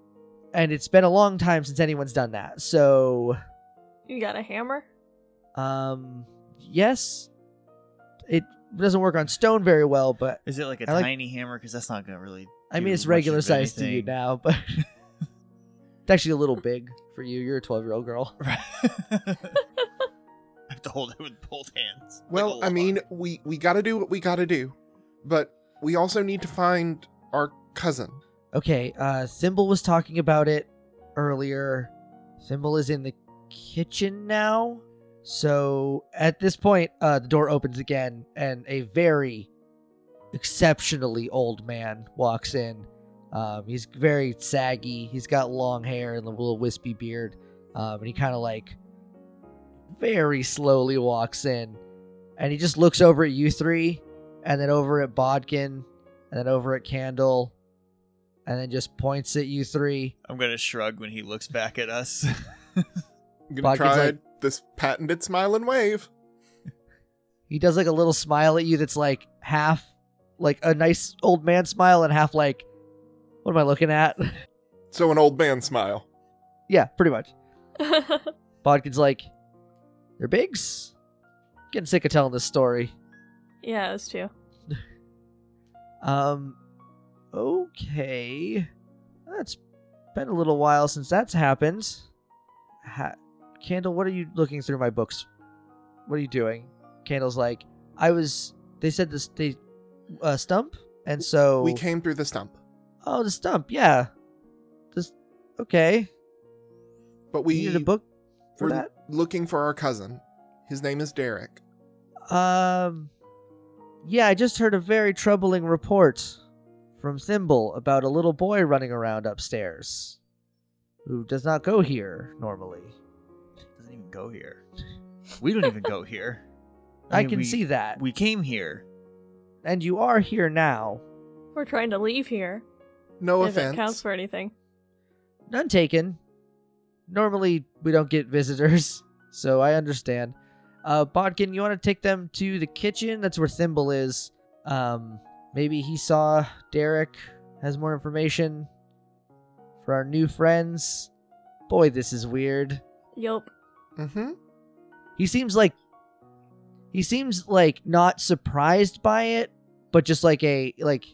S2: and it's been a long time since anyone's done that. So.
S4: You got a hammer.
S2: Um, yes, it doesn't work on stone very well, but
S3: Is it like a
S2: I like-
S3: tiny hammer? Because that's not gonna really.
S2: I mean
S3: do
S2: it's
S3: much
S2: regular
S3: of
S2: size to you
S3: anything.
S2: now, but it's actually a little big for you. You're a twelve year old girl.
S3: Right. I have to hold it with both hands. like a
S1: Well, I
S3: log.
S1: mean, we we got to do what we got to do, but we also need to find our cousin.
S2: Okay, uh, Thimble was talking about it earlier. Thimble is in the kitchen now. So at this point, uh, the door opens again, and a very exceptionally old man walks in. Um, he's very saggy. He's got long hair and a little wispy beard. Um, and he kind of like very slowly walks in. And he just looks over at you three, and then over at Bodkin, and then over at Candle, and then just points at you three.
S3: I'm gonna shrug when he looks back at us.
S1: I'm gonna
S2: Bodkin's
S1: try
S2: like-
S1: this patented smile and wave.
S2: He does like a little smile at you that's like half like a nice old man smile and half like what am I looking at?
S1: So an old man smile.
S2: yeah, pretty much.
S4: That's
S2: Bodkin's like, They're bigs? Getting sick of telling this story.
S4: yeah, it's too.
S2: Um okay. That's been a little while since that's happened. Ha- Candle, what are you looking through my books? What are you doing? Candle's like, I was they said this they uh stump and so
S1: We came through the stump,
S2: Oh, the stump. Yeah. This. Okay.
S1: but
S2: We
S1: we
S2: needed a book for
S1: were
S2: that.
S1: looking for our cousin. His name is Derek.
S2: Um. Yeah, I just heard a very troubling report from Thimble about a little boy running around upstairs, who does not go here normally.
S3: Doesn't even go here. We don't even go here.
S2: I,
S3: mean,
S2: can
S3: we-
S2: see that,
S3: We came here.
S2: and you are here now.
S4: We're trying to leave here.
S1: No
S4: if
S1: offense.
S4: it counts for anything.
S2: None taken. Normally, we don't get visitors, so I understand. Uh, Bodkin, you want to take them to the kitchen? That's where Thimble is. Um, maybe he saw Derek, has more information for our new friends. Boy, this is weird.
S4: Yup.
S1: Mm-hmm.
S2: He seems like. He seems like not surprised by it, but just like a. Like.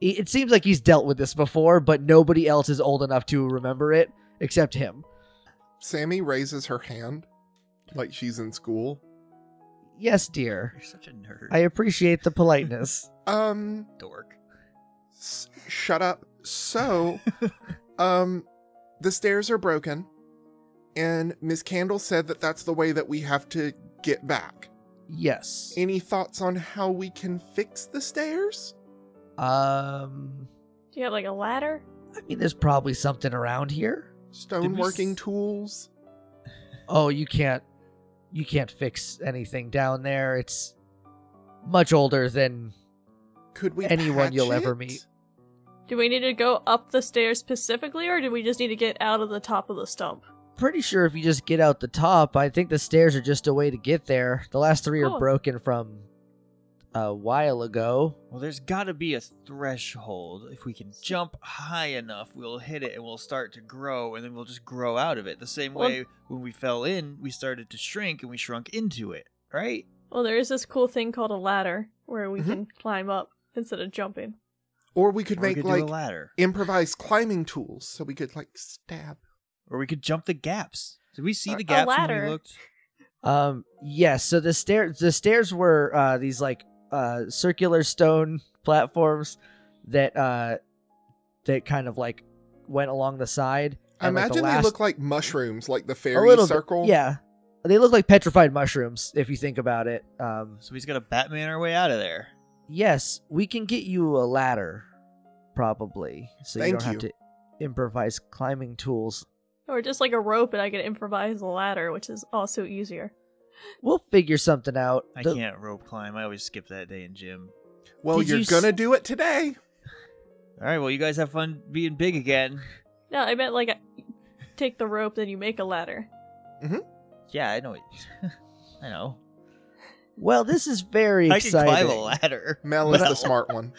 S2: It it seems like he's dealt with this before, but nobody else is old enough to remember it except him.
S1: Sammy raises her hand like she's in school.
S2: Yes, dear.
S3: You're such a nerd.
S2: I appreciate the politeness.
S1: Um,
S3: dork.
S1: s- shut up. So, um, the stairs are broken, and Miss Candle said that that's the way that we have to get back.
S2: yes.
S1: Any thoughts on how we can fix the stairs?
S2: Um
S4: Do you have like a ladder?
S2: I mean there's probably something around here.
S1: Stoneworking
S3: s-
S1: tools.
S2: Oh, you can't you can't fix anything down there. It's much older than
S1: Could we?
S2: Anyone
S1: patch
S2: you'll ever
S1: it?
S2: meet.
S4: Do we need to go up the stairs specifically, or do we just need to get out of the top of the stump?
S2: pretty sure if you just get out the top, I think the stairs are just a way to get there. The last three
S4: Cool.
S2: are broken from uh, a while ago.
S3: Well, there's got to be a threshold. If we can jump high enough, we'll hit it and we'll start to grow, and then we'll just grow out of it. The same
S4: Well-
S3: way when we fell in, we started to shrink and we shrunk into it, right?
S4: Well, there is this cool thing called a ladder where we
S3: Mm-hmm.
S1: Mhm.
S4: can climb up instead of jumping.
S1: Or we could
S3: Or we
S1: make
S3: could do a
S1: like
S3: ladder,
S1: improvised climbing tools so we could like stab.
S3: or we could jump the gaps. Did we see
S1: A-
S3: the
S4: a
S3: gaps when
S4: ladder.
S3: we looked?
S2: Um, yes. So the stairs, the stairs were uh, these like uh, circular stone platforms that uh, that kind of like went along the side.
S1: I
S2: and, like,
S1: imagine
S2: the
S1: they
S2: last-
S1: look like mushrooms, like the
S2: a
S1: fairy
S2: little bit-
S1: circle.
S2: yeah, they look like petrified mushrooms if you think about it. Um,
S3: So we just got to Batman our way out of there.
S2: yes, we can get you a ladder, probably, so you
S1: Thank
S2: don't have
S1: you.
S2: to improvise climbing tools.
S4: Or just like a rope and I can improvise a ladder, which is also easier.
S2: We'll figure something out.
S3: I
S2: The-
S3: can't rope climb. I always skip that day in gym.
S1: Well,
S2: Did
S1: you're
S2: you s-
S1: gonna do it today.
S3: All right, well, you guys have fun being big again.
S4: No, I meant like take the rope, then you make a ladder.
S3: Yeah, I know. It. I know.
S2: Well, this is very
S3: I can
S2: exciting.
S3: climb a ladder.
S1: Mel is
S3: Well-
S1: the smart one.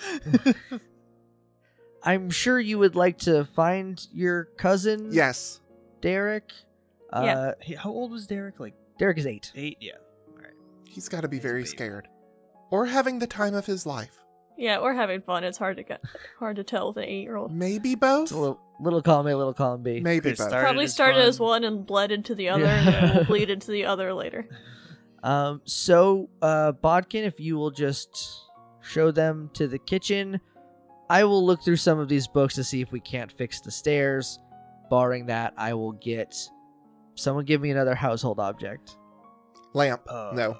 S2: I'm sure you would like to find your cousin,
S1: Yes.
S2: Derek. Uh,
S4: Yeah.
S3: Hey, How old was Derek? Like
S2: Derek is eight.
S3: eight? Yeah.
S1: He's gotta be
S3: He's a
S1: very
S3: baby.
S1: scared. Or having the time of his life.
S4: Yeah, we're having fun. It's hard to get, hard to tell with an eight-year-old.
S1: Maybe
S2: It's
S1: both.
S2: a little, little column A, little column B.
S1: Maybe
S3: Could've
S1: both.
S3: started
S4: Probably
S3: as
S4: started
S3: fun.
S4: as one and bled into the other, and
S2: Yeah.
S4: then will bleed into the other later.
S2: Um, so, uh, Bodkin, if you will just show them to the kitchen, I will look through some of these books to see if we can't fix the stairs. Barring that, I will get someone give me another household object.
S1: Lamp.
S3: Uh,
S1: no.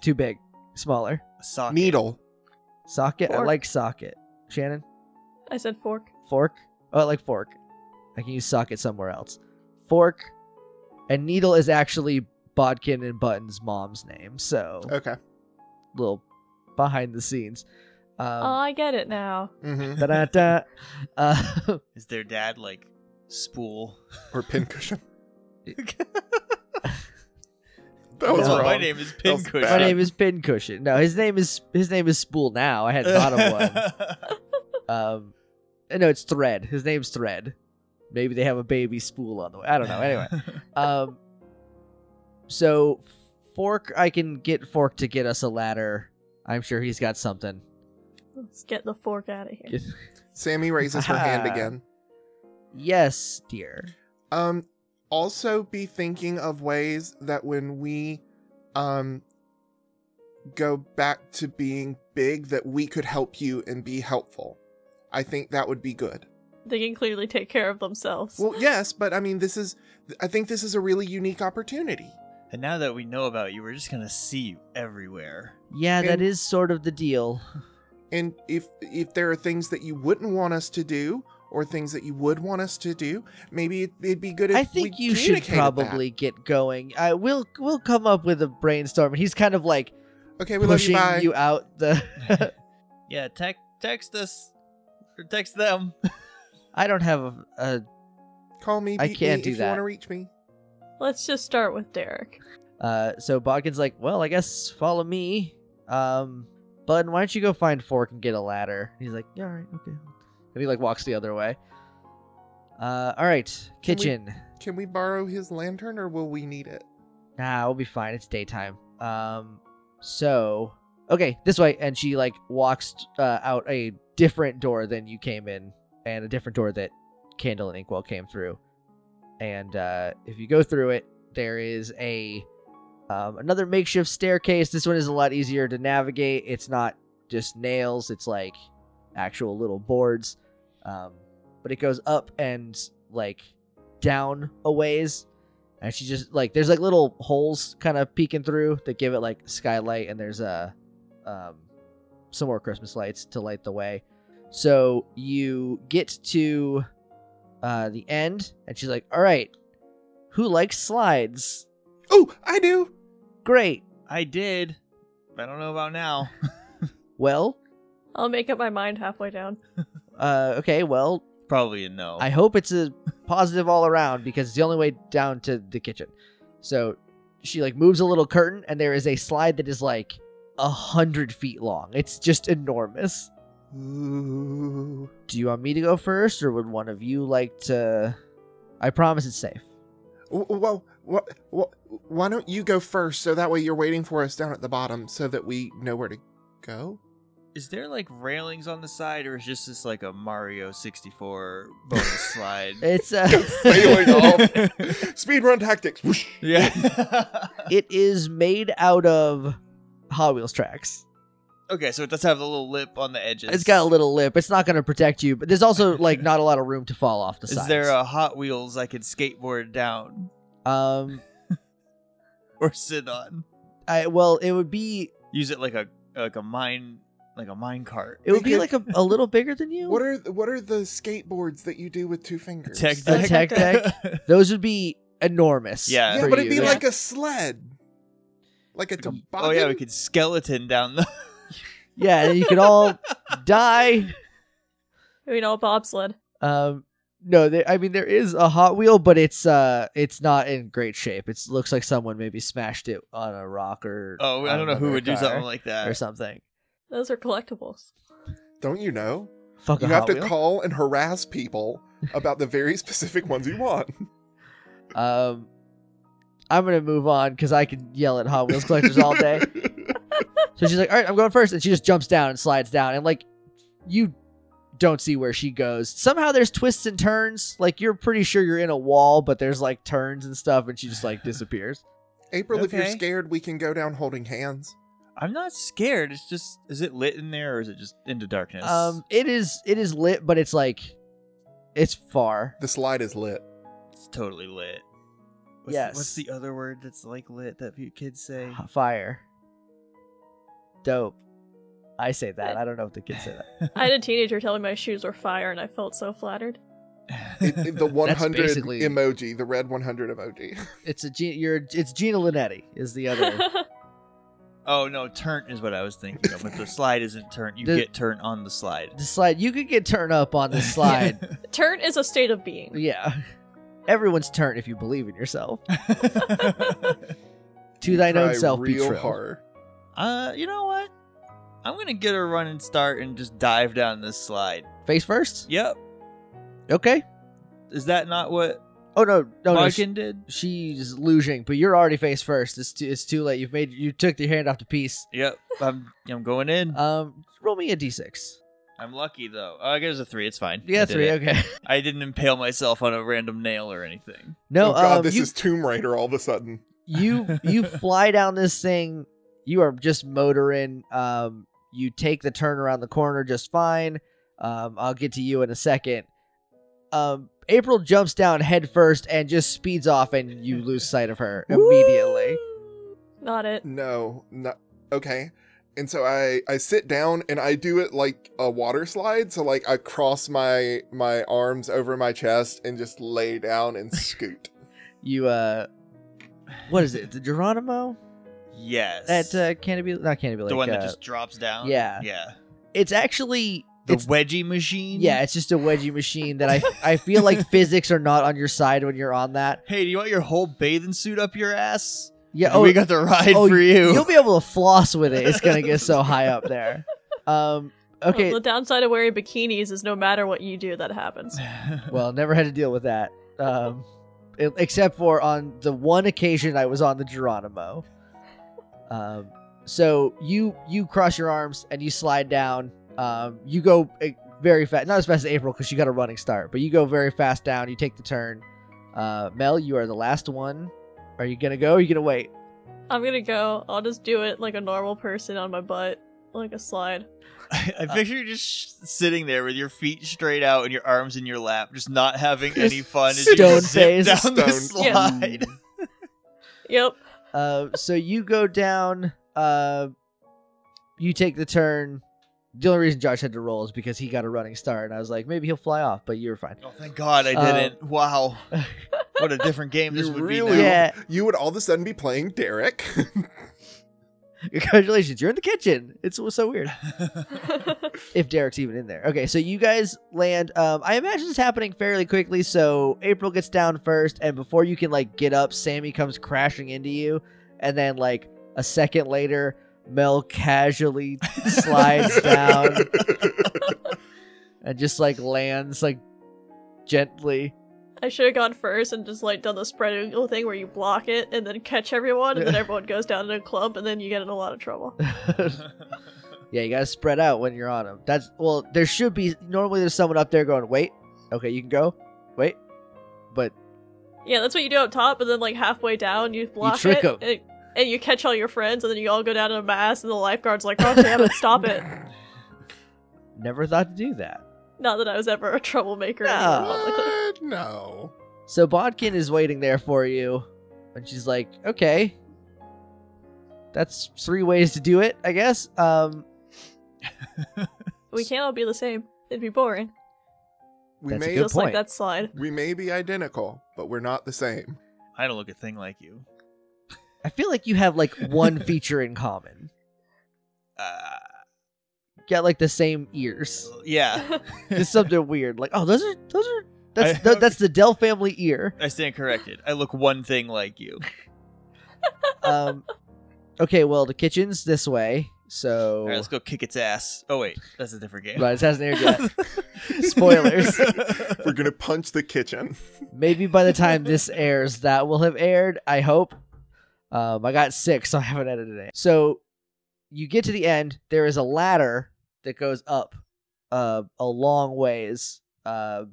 S2: Too big, smaller
S3: a socket.
S1: Needle.
S2: socket. I
S4: Fork.
S2: like socket. Shannon,
S4: I said fork.
S2: fork. Oh, I like fork. I can use socket somewhere else. Fork and needle is actually Bodkin and Button's mom's name, so
S1: Okay.
S2: little behind the scenes.
S4: oh,
S2: Um,
S4: I get it now.
S1: hmm
S2: da-da-da. Uh,
S3: Is their dad like spool?
S1: or pincushion. That was
S2: No.
S1: wrong.
S3: My name is
S1: was
S3: Pincushion.
S2: my name is Pincushion. No, his name is his name is Spool now. I had thought of one. Um, no, it's Thread. His name's Thread. Maybe they have a baby Spool on the way. I don't know. Anyway, um, so Fork, I can get Fork to get us a ladder. I'm sure he's got something.
S4: Let's get the fork out of here.
S2: Get-
S1: Sammy raises her hand
S2: Ah.
S1: again.
S2: Yes, dear.
S1: Um, also be thinking of ways that when we, um, go back to being big, that we could help you and be helpful. I think that would be good.
S4: They can clearly take care of themselves.
S1: Well, yes, but I mean, this is. I think this is a really unique opportunity.
S3: and now that we know about you, we're just gonna see you everywhere.
S2: Yeah, that
S1: And-
S2: is sort of the deal.
S1: And if if there are things that you wouldn't want us to do, or things that you would want us to do, maybe it, it'd be good. If
S2: I
S1: we
S2: think you should
S1: communicated that.
S2: probably get going. I will we'll come up with a brainstorm. He's kind of like
S1: Okay, we love you.
S2: pushing
S1: Bye.
S2: you out the
S3: Yeah, tec- text us or text them.
S2: I don't have a, a
S1: Call me.
S2: I
S1: beat
S2: can't
S1: me
S2: do
S1: if
S2: that.
S1: you want to reach me.
S4: Let's just start with Derek.
S2: uh so Bodkin's like, "Well, I guess follow me." Um Button, why don't you go find Fork and get a ladder? He's like, "Yeah, all right, okay." And he like walks the other way. Uh all right,
S1: Can we-
S2: kitchen.
S1: Can we borrow his lantern, or will we need it?
S2: Nah, we'll be fine. It's daytime. Um, so okay, this way, and she like walks uh, out a different door than you came in, and a different door that Candle and Inkwell came through. And uh, if you go through it, there is a um, another makeshift staircase. This one is a lot easier to navigate. It's not just nails; it's like actual little boards. Um, but it goes up and like down a ways and she just like there's like little holes kind of peeking through that give it like skylight and there's a um some more christmas lights to light the way so you get to uh the end and she's like all right who likes slides
S1: Oh, I do.
S2: great
S3: I did. I don't know about now.
S2: well
S4: I'll make up my mind halfway down.
S2: uh okay well
S3: Probably a no.
S2: i hope it's a positive all around because it's the only way down to the kitchen so she like moves a little curtain and there is a slide that is like a hundred feet long. It's just enormous.
S1: Ooh.
S2: Do you want me to go first, or would one of you like to? I promise it's safe.
S1: Whoa, whoa, whoa, why don't you go first so that way you're waiting for us down at the bottom so that we know where to go?
S3: Is there like railings on the side, or is just this like a Mario 64 bonus slide?
S2: It's uh,
S1: Sailing off. Speedrun tactics. Whoosh.
S3: yeah.
S2: it is made out of Hot Wheels tracks.
S3: okay, so it does have a little lip on the edges.
S2: It's got a little lip. It's not going to protect you, but there's also like not a lot of room to fall off the
S3: Is
S2: sides.
S3: there a Hot Wheels I could skateboard down
S2: um,
S3: or sit on?
S2: I well, it would be
S3: Use it like a like a mine like a mine cart.
S2: it would
S1: We
S2: be
S1: could-
S2: like a, a little bigger than you.
S1: What are what are the skateboards that you do with two fingers?
S3: Tech
S2: A tech
S3: deck.
S2: deck? Those would be enormous.
S3: Yeah.
S1: yeah,
S2: for
S1: but it'd
S2: you,
S1: be
S2: yeah.
S1: like a sled, like a toboggan.
S3: oh yeah, we could skeleton down the.
S2: yeah, and you could all die.
S4: You know, a bobsled.
S2: Um, no, there, I mean there is a Hot Wheel, but it's uh, it's not in great shape. It looks like someone maybe smashed it on a rock or
S3: Oh, I
S2: on
S3: don't know
S2: another
S3: who would do
S2: car
S3: something like that.
S2: or something.
S4: Those are collectibles.
S1: Don't you know?
S2: Fuck
S1: You
S2: a
S1: have
S2: Hot
S1: to
S2: Wheel.
S1: call and harass people about the very specific ones you want.
S2: Um, I'm gonna move on because I can yell at Hot Wheels collectors all day. So she's like, "All right, I'm going first. and she just jumps down and slides down, and like, you don't see where she goes. Somehow there's twists and turns. Like you're pretty sure you're in a wall, but there's like turns and stuff, and she just like disappears.
S1: April, if you're
S3: Okay.
S1: scared, we can go down holding hands.
S3: I'm not scared. It's just, is it lit in there or is it just into darkness?
S2: Um, it is it is lit, but it's like, it's far.
S1: The slide is lit.
S3: it's totally lit. What's
S2: Yes.
S3: what's the other word that's like lit that pe- kids say?
S2: Fire. Dope. I say that. I don't know if the kids say that.
S4: I had a teenager telling me my shoes were fire, and I felt so flattered.
S1: It- it- the 100
S2: basically-
S1: emoji, the red 100 emoji.
S2: It's a Gina. You're it's Gina Linetti is the other.
S3: oh no, turnt is what I was thinking of. But the slide isn't turnt. You
S2: The-
S3: get turnt on the slide.
S2: the slide. You could get turned up on the slide.
S4: Turn is a state of being.
S2: yeah. Everyone's turned if you believe in yourself. To thine
S1: Cry
S2: own self be
S1: real
S2: true.
S1: horror.
S3: uh, you know what? I'm gonna get a running start and just dive down this slide.
S2: Face first.
S3: Yep.
S2: Okay.
S3: Is that not what
S2: Oh no, no, no. She,
S3: Bodkin did?
S2: she's losing, but you're already face first. It's too, it's too late. You've made you took your hand off the piece.
S3: Yep. I'm I'm going in.
S2: Um, roll me a d6.
S3: I'm lucky though. Oh, I guess a three. It's fine. I
S2: Yeah,
S3: did
S2: three.
S3: it.
S2: Okay.
S3: I didn't impale myself on a random nail or anything.
S2: No,
S1: oh god,
S2: um,
S1: this
S2: you,
S1: is Tomb Raider all of a sudden.
S2: you you fly down this thing. You are just motoring. Um, you take the turn around the corner just fine. Um, I'll get to you in a second. Um, April jumps down head first and just speeds off, and you lose sight of her immediately.
S4: Not it.
S1: No, no. Okay. And so I I sit down and I do it like a water slide. So like I cross my my arms over my chest and just lay down and scoot.
S2: You uh, what is it? The Geronimo
S3: Yes.
S2: at uh, Canterbury? Not Canterbury.
S3: the
S2: like,
S3: one that
S2: uh,
S3: just drops down.
S2: yeah.
S3: Yeah.
S2: It's actually
S3: The
S2: it's
S3: wedgie machine.
S2: yeah, it's just a wedgie machine that I I feel like physics are not on your side when you're on that.
S3: Hey, do you want your whole bathing suit up your ass?
S2: Yeah.
S3: we got the ride
S2: oh,
S3: for
S2: You'll
S3: you.
S2: be able to floss with it. It's gonna get so high up there. Um. Okay.
S4: Well, the downside of wearing bikinis is no matter what you do, that happens.
S2: Well, never had to deal with that. Um, e- except for on the one occasion I was on the Geronimo. Um. So you you cross your arms and you slide down. Um. You go eh, very fast, not as fast as April because she got a running start, but you go very fast down. You take the turn. Uh, Mel, you are the last one. Are you gonna go? or Are you gonna wait?
S4: I'm gonna go. I'll just do it like a normal person on my butt, like a slide.
S3: I, I
S1: Uh,
S3: picture you just sitting there with your feet straight out and your arms in your lap, just not having any fun. as you
S2: stone
S3: just zip
S2: face.
S3: down the
S1: Stone.
S4: Yeah.
S3: slide.
S4: Yep.
S2: Uh, so you go down. Uh, you take the turn. The only reason Josh had to roll is because he got a running start, and I was like, maybe he'll fly off, but you were fine.
S3: Oh, thank God I
S2: Uh,
S3: didn't. wow. What a different game this
S1: You
S3: would
S1: really-
S3: be now.
S2: Yeah,
S1: You would all of a sudden be playing Derek.
S2: congratulations, you're in the kitchen. It's so weird. If Derek's even in there. Okay, so you guys land. Um, I imagine it's happening fairly quickly. So April gets down first, and before you can like get up, Sammy comes crashing into you, and then like a second later, Mel casually slides down and just like lands like gently.
S4: I should have gone first and just like done the spread eagle thing where you block it and then catch everyone, and then everyone goes down in a clump, and then you get in a lot of trouble.
S2: yeah, you gotta spread out when you're on them. That's well, there should be normally there's someone up there going, wait, okay, you can go, wait, but
S4: Yeah, that's what you do up top, and then like halfway down, you block
S2: trick
S4: it,
S2: 'em.
S4: and, and you catch all your friends, and then you all go down in a mass, and the lifeguard's like, "Oh damn it, stop it!"
S2: never thought to do that.
S4: Not that I was ever a troublemaker.
S2: No.
S4: No.
S1: What? Uh, No.
S2: So Bodkin is waiting there for you, and she's like, "Okay, that's three ways to do it, I guess." Um,
S4: We can't all be the same. It'd be boring.
S1: We
S2: That's a
S1: may
S2: Good
S4: Just
S2: point.
S4: like that slide.
S1: we may be identical, but we're not the same.
S3: I don't look a thing like you.
S2: I feel like you have like one feature in common.
S3: Uh,
S2: You got like the same ears.
S3: yeah.
S2: It's something weird. Like, oh, those are those are that's
S3: I
S2: th-
S3: have-
S2: that's the Dell family ear.
S3: I stand corrected. I look one thing like you.
S2: Um, okay, well the kitchen's this way, so
S3: All right, let's go kick its ass. Oh wait, that's a different game.
S2: but it hasn't aired yet. Spoilers.
S1: We're
S3: Uh,
S1: gonna punch the kitchen.
S2: Maybe by the time this airs, that will have aired. I hope. Um, I got sick, so I haven't edited it. So you get to the end. There is a ladder that goes up uh, a long ways. Uh,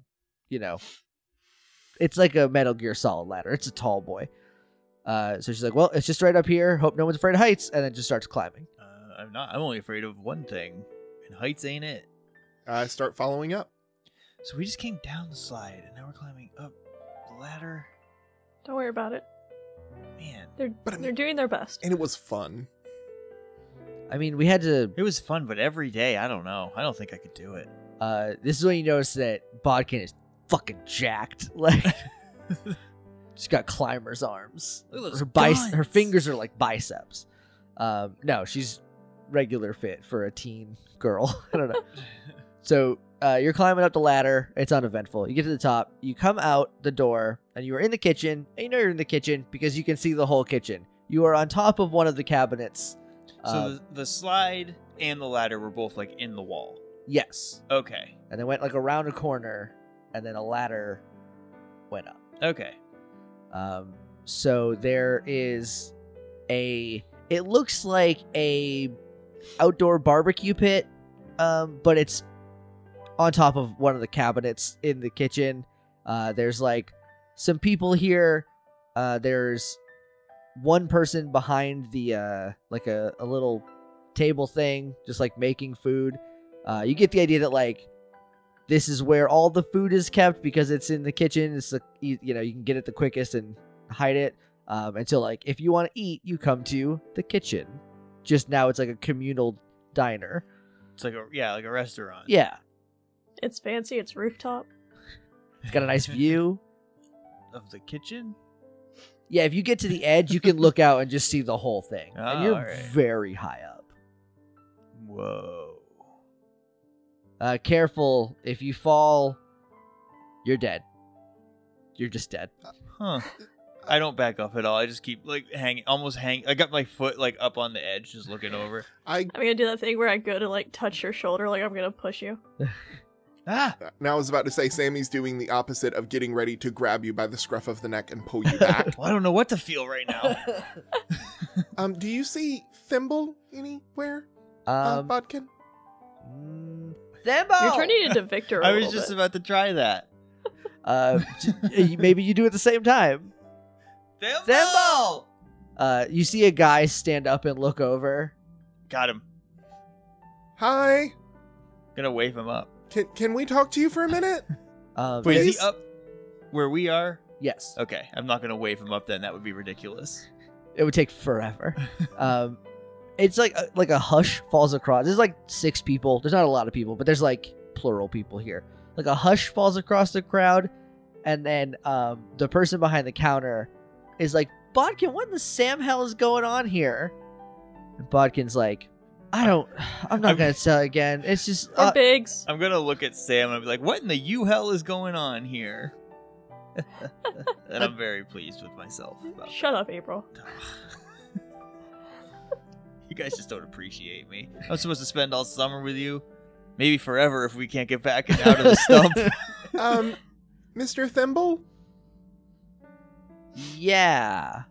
S2: you know, it's like a Metal Gear Solid ladder. It's a tall boy. Uh, so she's like, "Well, it's just right up here. Hope no one's afraid of heights," and then just starts climbing.
S3: Uh, I'm not. I'm only afraid of one thing, and heights ain't it.
S1: I start following up.
S3: So we just came down the slide, and now we're climbing up the ladder.
S4: Don't worry about it.
S3: Man,
S4: They're
S1: But I mean-
S4: they're doing their best.
S1: And it was fun.
S2: I mean, we had to.
S3: it was fun, but every day, I don't know. I don't think I could do it.
S2: Uh, this is when you notice that Bodkin is fucking jacked. Like, she's got climber's arms.
S3: Look at those
S2: her bice- her
S3: guns.
S2: fingers are like biceps. Um, no, she's regular fit for a teen girl. I don't know. So uh, you're climbing up the ladder. It's uneventful. You get to the top. You come out the door, and you are in the kitchen. And you know you're in the kitchen because you can see the whole kitchen. You are on top of one of the cabinets.
S3: So
S2: Um,
S3: the, the slide and the ladder were both like in the wall.
S2: yes,
S3: Okay.
S2: and they went like around a corner, and then a ladder went up.
S3: Okay.
S2: Um, so there is a. It looks like a outdoor barbecue pit, um, but it's on top of one of the cabinets in the kitchen. Uh, there's like some people here. Uh, there's one person behind the uh, like a, a little table thing, just like making food. Uh, you get the idea that like this is where all the food is kept because it's in the kitchen. It's the you you know you can get it the quickest and hide it. Um, and so like if you want to eat, you come to the kitchen. Just now it's like a communal diner.
S3: It's like a yeah, like a restaurant.
S2: Yeah,
S4: It's fancy. It's rooftop.
S2: it's got a nice view.
S3: of the kitchen.
S2: Yeah, if you get to the edge, you can look out and just see the whole thing, and
S3: Ah,
S2: you're
S3: alright.
S2: very high up.
S3: Whoa.
S2: Uh, careful, if you fall, you're dead. You're just dead.
S3: Huh. I don't back up at all. I just keep like hanging, almost hang. I got my foot like up on the edge, just looking over.
S1: I
S4: I'm gonna do that thing where I go to like touch your shoulder, like I'm gonna push you.
S3: Ah,
S1: now I was about to say Sammy's doing the opposite of getting ready to grab you by the scruff of the neck and pull you back.
S3: well, I don't know what to feel right now.
S1: um, do you see Thimble anywhere, uh,
S2: Um,
S1: Bodkin?
S2: mm,
S4: You're
S2: Thimble!
S4: turning into Victor. I
S3: I was just about to try that.
S2: Uh, j- maybe you do at the same time. Thimble! Uh, you see a guy stand up and look over.
S3: Got him.
S1: Hi.
S3: Gonna wave him up.
S1: Can can we talk to you for a minute?
S2: Um,
S3: Wait, is
S1: Yes.
S3: he up where we are?
S2: Yes,
S3: Okay, I'm not gonna wave him up then. That would be ridiculous.
S2: it would take forever. um, it's like a, like a hush falls across. There's like six people. There's not a lot of people, but there's like plural people here. Like a hush falls across the crowd, and then um, the person behind the counter is like, "Bodkin, what in the Sam hell is going on here?" And Bodkin's like, "I don't. I'm not
S3: I'm-
S2: gonna tell again. It's just
S4: Or
S2: uh,
S4: Biggs.
S3: I'm gonna look at Sam and be like, "What in the u hell is going on here?" and I'm very pleased with myself. About
S4: Shut up, April.
S3: that. You guys just don't appreciate me. I'm supposed to spend all summer with you, maybe forever if we can't get back and out of the stump.
S1: Um, Mr. Thimble,
S2: yeah.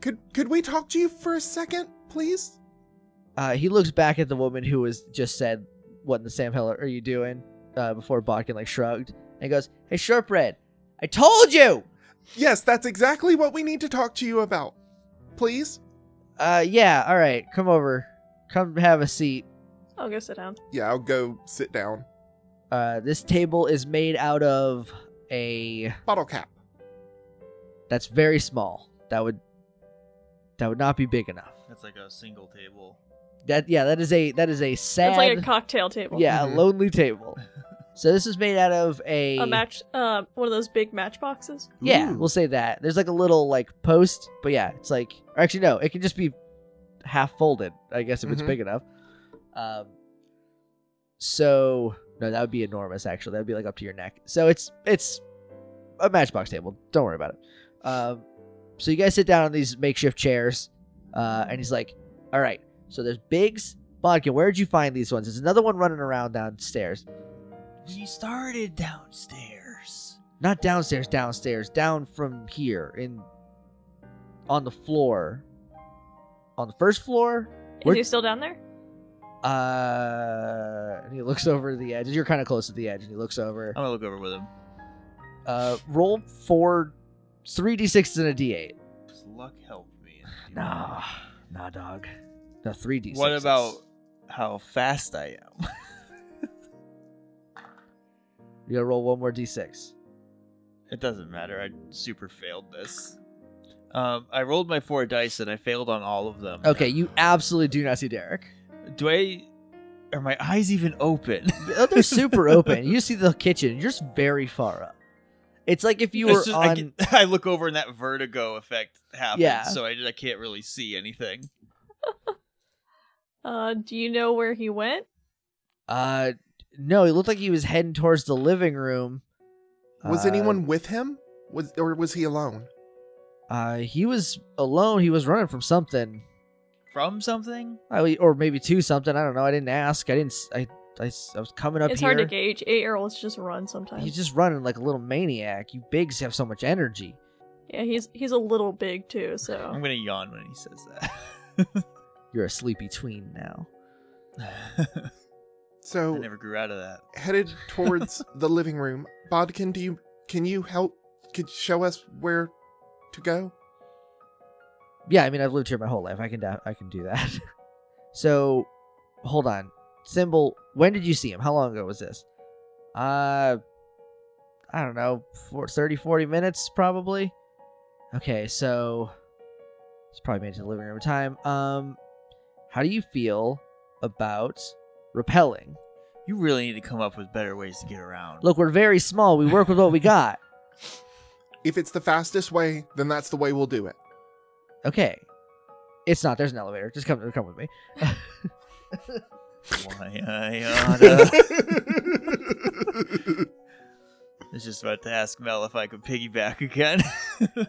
S1: could could we talk to you for a second, please?
S2: Uh, he looks back at the woman who was just said, "What in the Sam Hell are you doing?" Uh, before Bakken like shrugged and he goes, "Hey, shortbread, I told you."
S1: Yes, that's exactly what we need to talk to you about. Please.
S2: Uh, yeah. All right, come over. Come have a seat.
S4: I'll go sit down.
S1: Yeah, I'll go sit down.
S2: Uh, this table is made out of a
S1: Bottle cap.
S2: that's very small. That would that would not be big enough.
S3: That's like a single table.
S2: That yeah, that is a that is a sad
S4: It's like a cocktail table.
S2: yeah,
S1: Mhm.
S2: a lonely table. So this is made out of a,
S4: A match, uh, one of those big matchboxes.
S2: Yeah,
S1: Ooh.
S2: we'll say that. There's like a little like post, but yeah, it's like or actually no, it can just be half folded, I guess if it's
S1: Mhm.
S2: big enough. Um so no, that would be enormous actually. That would be like up to your neck. So it's it's a matchbox table. Don't worry about it. Um so you guys sit down on these makeshift chairs, uh, and he's like, All right, so there's Biggs, Bodkin, where'd you find these ones? There's another one running around downstairs.
S3: You started downstairs.
S2: not downstairs downstairs down from here in on the floor on the first floor
S4: Is
S2: Where-
S4: he still down there?
S2: uh and he looks over the edge you're kind of close to the edge and he looks over
S3: I'm gonna look over with him.
S2: uh roll four 3d6 and a d8
S3: Does luck help me? in the
S2: nah nah dog no 3d6
S3: What about how fast I am?
S2: you gotta roll one more d6
S3: It doesn't matter. I super failed this. Um, I rolled my four dice and I failed on all of them.
S2: okay you absolutely do not see derek
S3: Do I? Are my eyes even open?
S2: Oh, they're super open you see the kitchen you're just very far up it's like if you
S3: It's
S2: were
S3: just-
S2: on
S3: I, get- I look over and that vertigo effect happens,
S2: Yeah.
S3: so I, I can't really see anything.
S4: Uh, do you know where he went?
S2: Uh, no, he looked like he was heading towards the living room.
S1: Was
S2: Uh,
S1: anyone with him? Was or was he alone?
S2: Uh, he was alone. He was running from something,
S3: From something?
S2: I, or maybe to something. I don't know. I didn't ask. I didn't. s- I. I, s- I was coming up
S4: it's
S2: here.
S4: hard to gauge. Eight year olds just run sometimes.
S2: He's just running like a little maniac. You bigs have so much energy.
S4: yeah, he's he's a little big too,
S3: I'm
S4: so
S3: gonna yawn when he says
S2: You're a sleepy tween now.
S3: that. I
S1: So
S3: never grew out of that.
S1: headed towards the living room. Bodkin, do you can you help? Could you show us where to go?
S2: Yeah, I mean, I've lived here my whole life. I can. da- I can do that. so, hold on. Symbol. When did you see him? How long ago was this? Uh, I don't know. Four, 30, 40 minutes probably. Okay, so it's probably made it to the living room in time. Um, how do you feel about repelling?
S3: You really need to come up with better ways to get around.
S2: Look, we're very small. We work with what we got.
S1: If it's the fastest way, then that's the way we'll do it.
S2: Okay. It's not. There's an elevator. Just come. Come with me.
S3: Why I oughta- I was just about to ask Mel if I could piggyback again.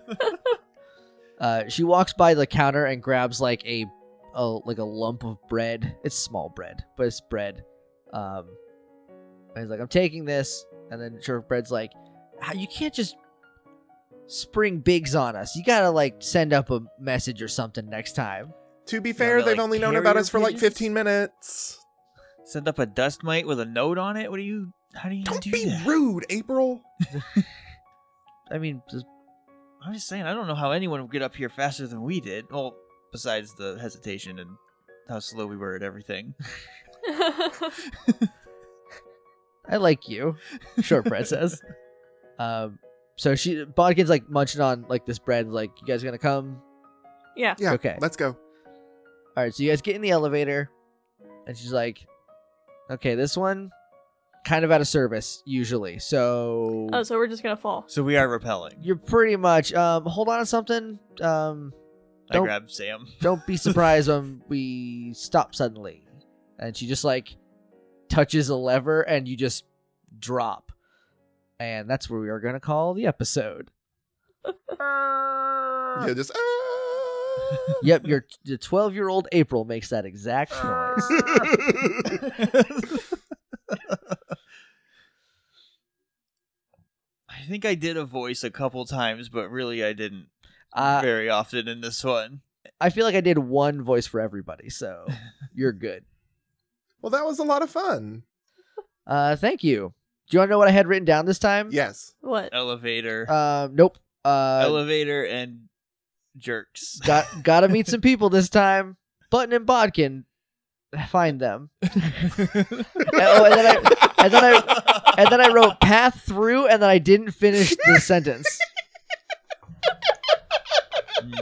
S2: Uh, she walks by the counter and grabs like a, a like a lump of bread. It's small bread, but it's bread. Um, and he's like, "I'm taking this," and then shortbread's like, "How- "You can't just spring bigs on us. You gotta like send up a message or something next time."
S1: to be
S3: they're
S1: fair, they've
S3: like
S1: only known about
S3: carrier
S1: us for like
S3: pigeons?
S1: 15 minutes.
S3: Send up a dust mite with a note on it? What do you. How do you
S1: Don't
S3: do
S1: be
S3: that?
S1: rude, April.
S2: I mean, just-
S3: I'm just saying, I don't know how anyone would get up here faster than we did. Well, besides the hesitation and how slow we were at everything.
S2: I like you, shortbread says. Um, so she Bodkin's like munching on like this bread. Like, you guys gonna come?
S4: yeah.
S1: Yeah.
S2: Okay.
S1: Let's go.
S2: All right, so you guys get in the elevator, and she's like, "Okay, this one, kind of out of service usually, so
S4: Oh, so we're just gonna fall.
S3: So we are repelling.
S2: you're pretty much um hold on to something. Um,
S3: I
S2: Don't-
S3: grabbed Sam.
S2: don't be surprised when we stop suddenly." And she just like touches a lever, and you just drop, and that's where we are gonna call the episode.
S1: Yeah, just. ah.
S2: Yep, your the 12 year old April makes that exact noise.
S3: I think I did a voice a couple times, but really I didn't
S2: Uh,
S3: very often in this one.
S2: I feel like I did one voice for everybody, so you're good.
S1: well, that was a lot of fun.
S2: Uh, thank you. Do you want to know what I had written down this time?
S1: Yes.
S4: What?
S3: Elevator,
S2: Uh, nope. Uh,
S3: elevator, and jerks.
S2: got gotta meet some people this time. Button and Bodkin, find them. oh, and then I and then I and then I wrote path through, and then I didn't finish the sentence.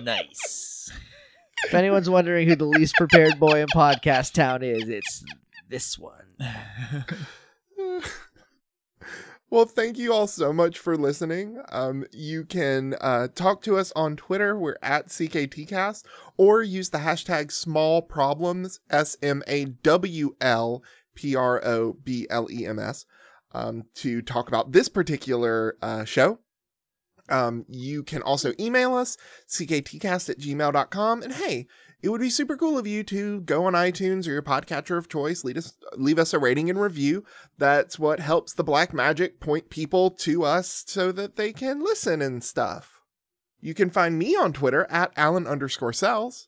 S3: nice.
S2: If anyone's wondering who the least prepared boy in podcast town is, it's this one.
S1: Well, thank you all so much for listening. Um, you can uh, talk to us on Twitter. We're at CKTcast or use the hashtag small problems, S M A W L P R O B L E M S, um, to talk about this particular uh, show. Um, you can also email us, cktcast at gmail.com. And hey, it would be super cool of you to go on iTunes or your podcatcher of choice, lead us, leave us a rating and review. That's what helps the black magic point people to us so that they can listen and stuff. You can find me on Twitter at Alan underscore cells.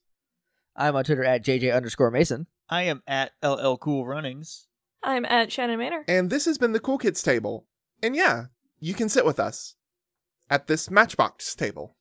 S2: I'm on Twitter at JJ underscore Mason.
S3: I am at LL Cool Runnings.
S4: I'm at Shannon Manor.
S1: And this has been the Cool Kids table. And yeah, you can sit with us at this Matchbox table.